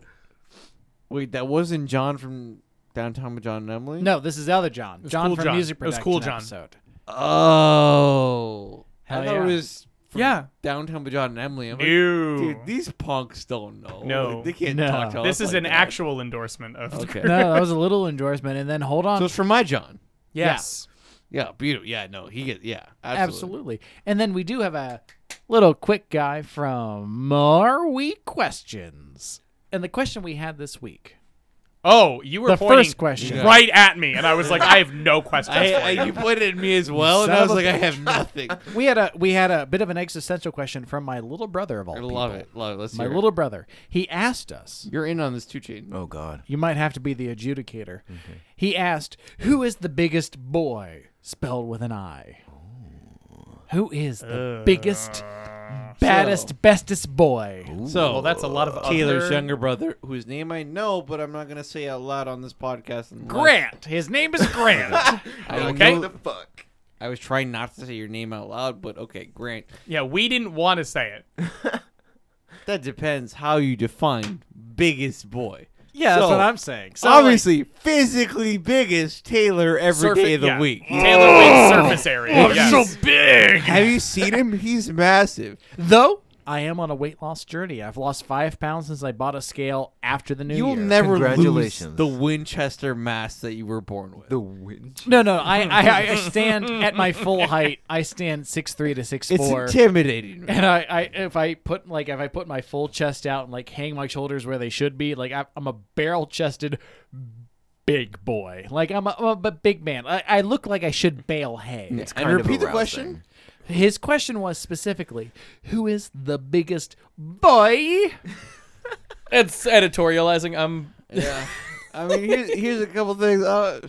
Wait, that wasn't John from Downtown with John and Emily.
no this is the other john john
cool
from
John.
music
It was
production
cool John.
episode
Oh,
Hell
I thought
yeah.
it was from
Yeah.
Downtown with John and Emily. I'm like,
Ew.
dude, these punks don't know.
No.
they can't
No.
talk to us.
this is
like
an
that.
actual endorsement of.
Okay.
no that was a little endorsement and then hold on
So it's from my John.
Yes.
Yeah, beautiful. Yeah, no, he gets. Yeah, absolutely.
absolutely and then we do have a little quick guy from are we questions and the question we had this week
Oh, you were
The
pointing
first question.
right at me, and I was like, I have no questions. for
I, I, you pointed at me as well, and
son
I was
of a
like, I have nothing. I
we had a we had a bit of an existential question from my little brother of all people.
love it. Love it. Let's
My
hear it.
little brother. He asked us.
You're in on this too, Chain.
Oh god.
You might have to be the adjudicator.
Mm-hmm.
He asked, "Who is the biggest boy spelled with an I?
Oh.
Who is
Uh,
the biggest, baddest,
So-
bestest boy?"
So
Well, that's a lot of
Taylor's
other-
younger brother, whose name I know, but I'm not gonna say out loud on this podcast. unless-
Grant. His name is Grant.
I
Okay.
know-
What the fuck?
I was trying not to say your name out loud, but okay, Grant.
Yeah, we didn't want to say it.
That depends how you define biggest boy.
yeah, that's
So,
what I'm saying. So like,
Obviously, physically biggest Taylor Oh. every day
Surfa-
of the
yeah.
week.
Taylor wins surface area. yes.
big.
Have you seen him? He's massive.
though I am on a weight loss journey. I've lost five pounds since I bought a scale after the new
You will
year.
never lose
Congratulations.
the Winchester mass that you were born with.
The wind.
No, no, I, I, I stand at my full height. I stand six three to six
it's
four,
intimidating. man.
and I, I, if I put like if I put my full chest out and like hang my shoulders where they should be, like I, I'm a barrel chested big boy. Like I'm a, I'm a big man. I, I look like I should bale hay.
And repeat the question.
His question was specifically, who is the biggest boy?
It's editorializing. Um,
Yeah. I mean, here's, here's a couple things. Uh,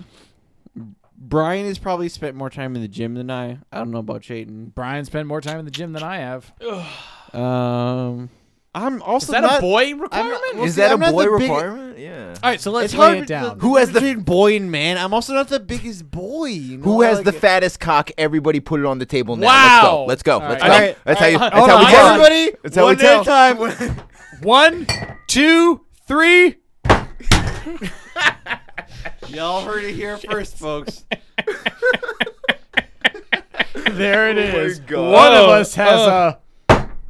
Brian has probably spent more time in the gym than I. I don't know about Jaden.
Oh,
Brian spent more time in the gym than I have.
Um, I'm also
Is that
not,
a boy
I'm
requirement?
not- well,
is
see,
that
I'm
a
not
boy
the big-
requirement? Yeah.
All right, so let's
it's
lay
hard
it
to-
down.
Who has the boy and man? I'm also not the biggest boy. you
Who
know,
has
like-
the fattest cock? Everybody put it on the table now.
Wow.
Let's go. Let's go. Let's
All
go.
right.
That's
All
how you.
right.
That's
Hold
how we
on.
tell.
Everybody,
That's how
one
we
at a
tell.
time.
One, two, three.
Y'all heard it here first, folks.
There it is.
God.
One of
Oh,
us has
oh.
a,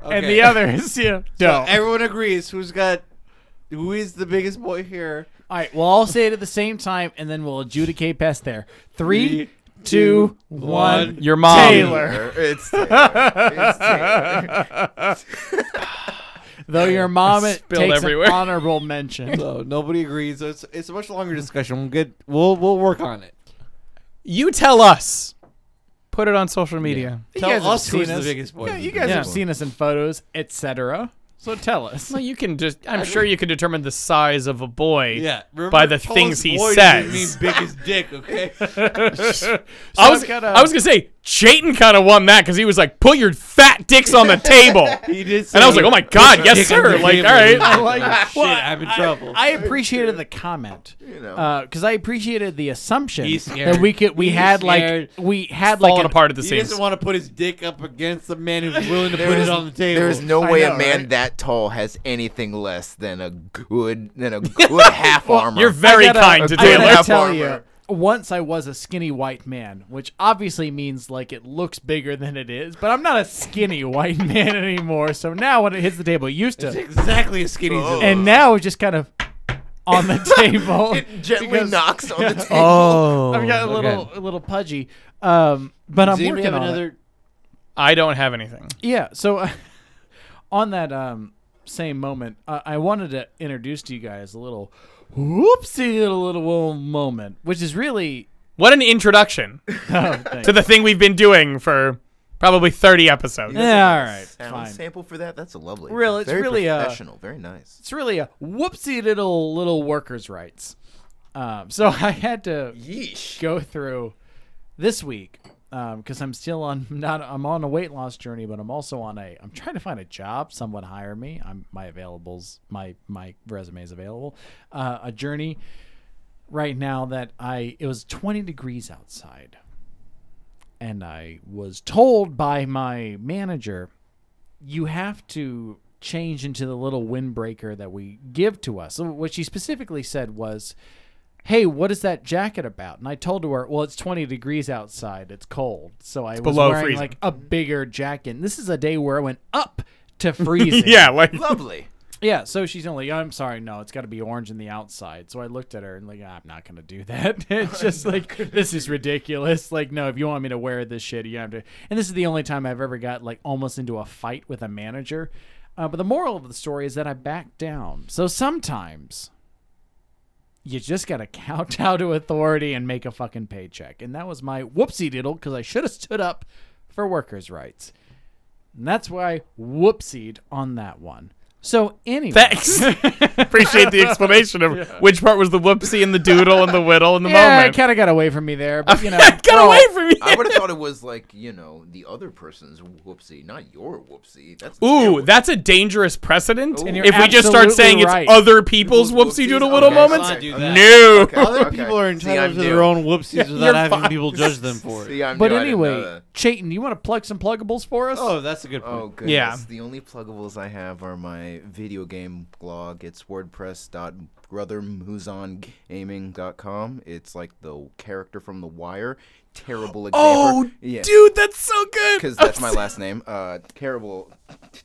and
Okay.
the other is you. No.
Everyone agrees who's got who is the biggest boy here.
All right, well, I'll say it at the same time, and then we'll adjudicate past there. Three, two, one.
one.
Your mom.
Taylor.
It's Taylor. It's Taylor.
Though your mom it
Spilled
takes
everywhere.
an honorable mention.
So nobody agrees. So it's it's a much longer discussion. We'll get we'll we'll work on it.
You tell us. Put it on social media.
You
Tell
guys have
us
seen
who's the
us.
biggest boy.
Yeah, you guys
Yeah.
have seen us in photos, etc. So tell us.
Well, you can just. I'm sure you can determine the size of a boy.
Yeah, remember
by the
tallest
things he
boy doesn't
says.
mean biggest dick, okay?
I was.
I've got a-
I was gonna say Chayton kind of won that because he was like, "Put your fat dicks on the table,"
He did.
and I was
say-
like, "Oh my god, yes
Dick on
sir!"
the
Like, all
table.
right.
I
like-
shit, I'm in trouble.
I appreciated the comment
know.
because I appreciated the assumption
He's scared.
that we could we
He's
had
scared.
like we had like
falling
an-
apart at the
he
seams.
doesn't want to put his dick up against the man who's willing to put
is-
it on the table.
There is no
I
way
know,
a man
right?
that tall has anything less than a good than a good half armor.
You're very
I gotta-
kind to
I
I gotta
Taylor.
gotta
Half
tell
armor.
you, once I was a skinny white man, which obviously means like it looks bigger than it is, but I'm not a skinny white man anymore. So now when it hits the table, it used to,
exactly a skinny.
Oh.
and now it's just kind of on the table.
it gently
because
knocks on the table.
Oh,
I've got a little a little pudgy, um, but I'm
Does anybody
working
have
on it.
another?
I don't have anything.
Yeah. So, uh, on that um, same moment, uh, I wanted to introduce to you guys a little whoopsie little little moment, which is really
What an introduction
oh, thanks.
to the thing we've been doing for probably 30 episodes.
yeah. All right.
Sound
Fine.
sample for that. That's a lovely.
Real- it's
very
really, uh,
professional. very nice.
It's really a whoopsie little little workers' rights. Um, so I had to
Yeesh.
go through this week because I'm still on not I'm on a weight loss journey, but I'm also on a I'm trying to find a job. Someone hire me. I'm my availables my my resume is available. Uh, a journey right now that I it was 20 degrees outside, and I was told by my manager, you have to change into the little windbreaker that we give to us. So What she specifically said was hey, what is that jacket about? And I told her, well, it's 20 degrees outside. It's cold. So I was
below
wearing
freezing.
like a bigger jacket. And this is a day where I went up to freezing.
Yeah, like
Lovely.
Yeah. So she's only, I'm sorry, no, it's got to be orange in the outside. So I looked at her and like, I'm not going to do that. it's just like, this is ridiculous. Like, no, if you want me to wear this shit, you have to. And this is the only time I've ever got like almost into a fight with a manager. Uh, but the moral of the story is that I backed down. So sometimes you just gotta kowtow to authority and make a fucking paycheck. And that was my whoopsie diddle because I should have stood up for workers' rights. And that's why whoopsied on that one. So anyway,
thanks. Appreciate the explanation of which part was the whoopsie and the doodle and the whittle and the
yeah, it
moment.
kind of got away from me there, but you know,
Got away from
I
you.
would have thought it was like you know the other person's whoopsie, not your whoopsie. That's
Ooh,
their
that's a dangerous precedent.
And
you're
If we just start
absolutely
saying
right.
it's other people's
People's
whoopsie doodle
whoopsies?
whittle
Okay,
moments,
fine.
do that.
no.
Okay.
Other people are
See, I'm
entitled to
new.
their own whoopsies
you're
without having
fine.
people judge them for it.
See, I'm
but
new, I didn't know
anyway,
that.
Chayton, you want to plug some pluggables for us?
Oh, that's a good point.
Oh goodness.
Yeah.
The only pluggables I have are my video game blog. It's wordpress.brothermuzongaming.com. It's like the character from The Wire. Terrible example.
Oh,
yeah.
dude, that's so good.
Because that's my last name. Uh, terrible,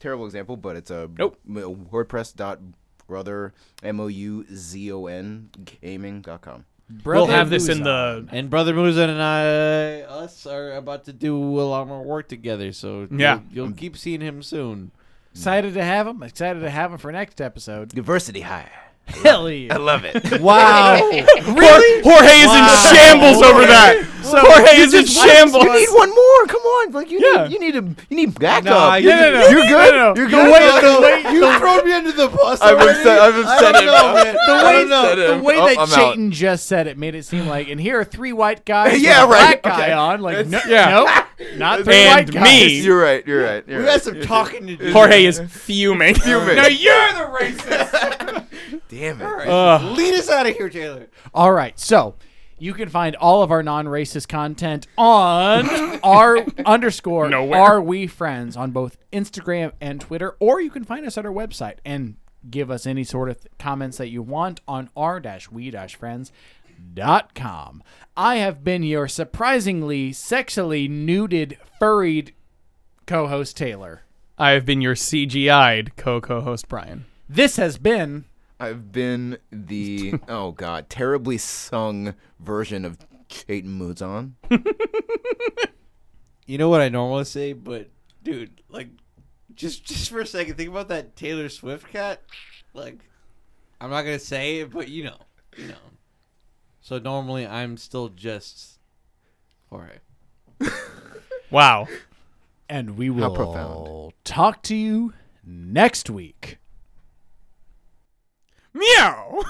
terrible example, but it's a
Nope.
m- uh, wordpress.brother, M-O-U-Z-O-N, gaming.com.
We'll have this in
Brother
the
And brother Muzan and I, us are about to do a lot more work together. So
Yeah.
you'll,
Mm.
you'll keep seeing him soon.
Luzon. Excited to have him. Excited to have him for next episode.
Diversity hire.
Hell yeah.
I love it.
Oh,
Wow.
Really? Jorge is in shambles over that. Jorge is in shambles.
You need one more. Come on, like you
Yeah.
need you need a you need backup.
Nah,
you're,
you-
No, no, no.
you're good.
no, no. The
You're good.
way- the
you throw me under the bus.
I'm
already?
upset. I'm upset.
I don't know, man.
The
I don't know.
The way
Oh,
that Chayton just said it made it seem like, and here are three white guys, with
Yeah,
a
right,
black guy
okay.
on, like, no,
Yeah.
nope, not three
And
white guys.
me.
You're right. You're right. You're
We
right.
got some talking to do.
Jorge is fuming.
Fuming.
now you're the racist.
Damn it.
Ugh.
Lead us out of here, Taylor.
All right, so you can find all of our non-racist content on our underscore
Nowhere.
are we friends on both Instagram and Twitter, or you can find us at our website and give us any sort of th- comments that you want on r we friends dot com. I have been your surprisingly sexually nuded furried co-host Taylor.
I have been your CGI'd co-co-host Brian.
This has been
I've been the oh god terribly sung version of Chayton Muzon.
You know what I normally say, but dude, like, just just for a second, think about that Taylor Swift cat. Like, I'm not gonna say it, but you know, you know. So normally, I'm still just Jorge.
Wow.
and we will
profound.
talk to you next week.
Meow.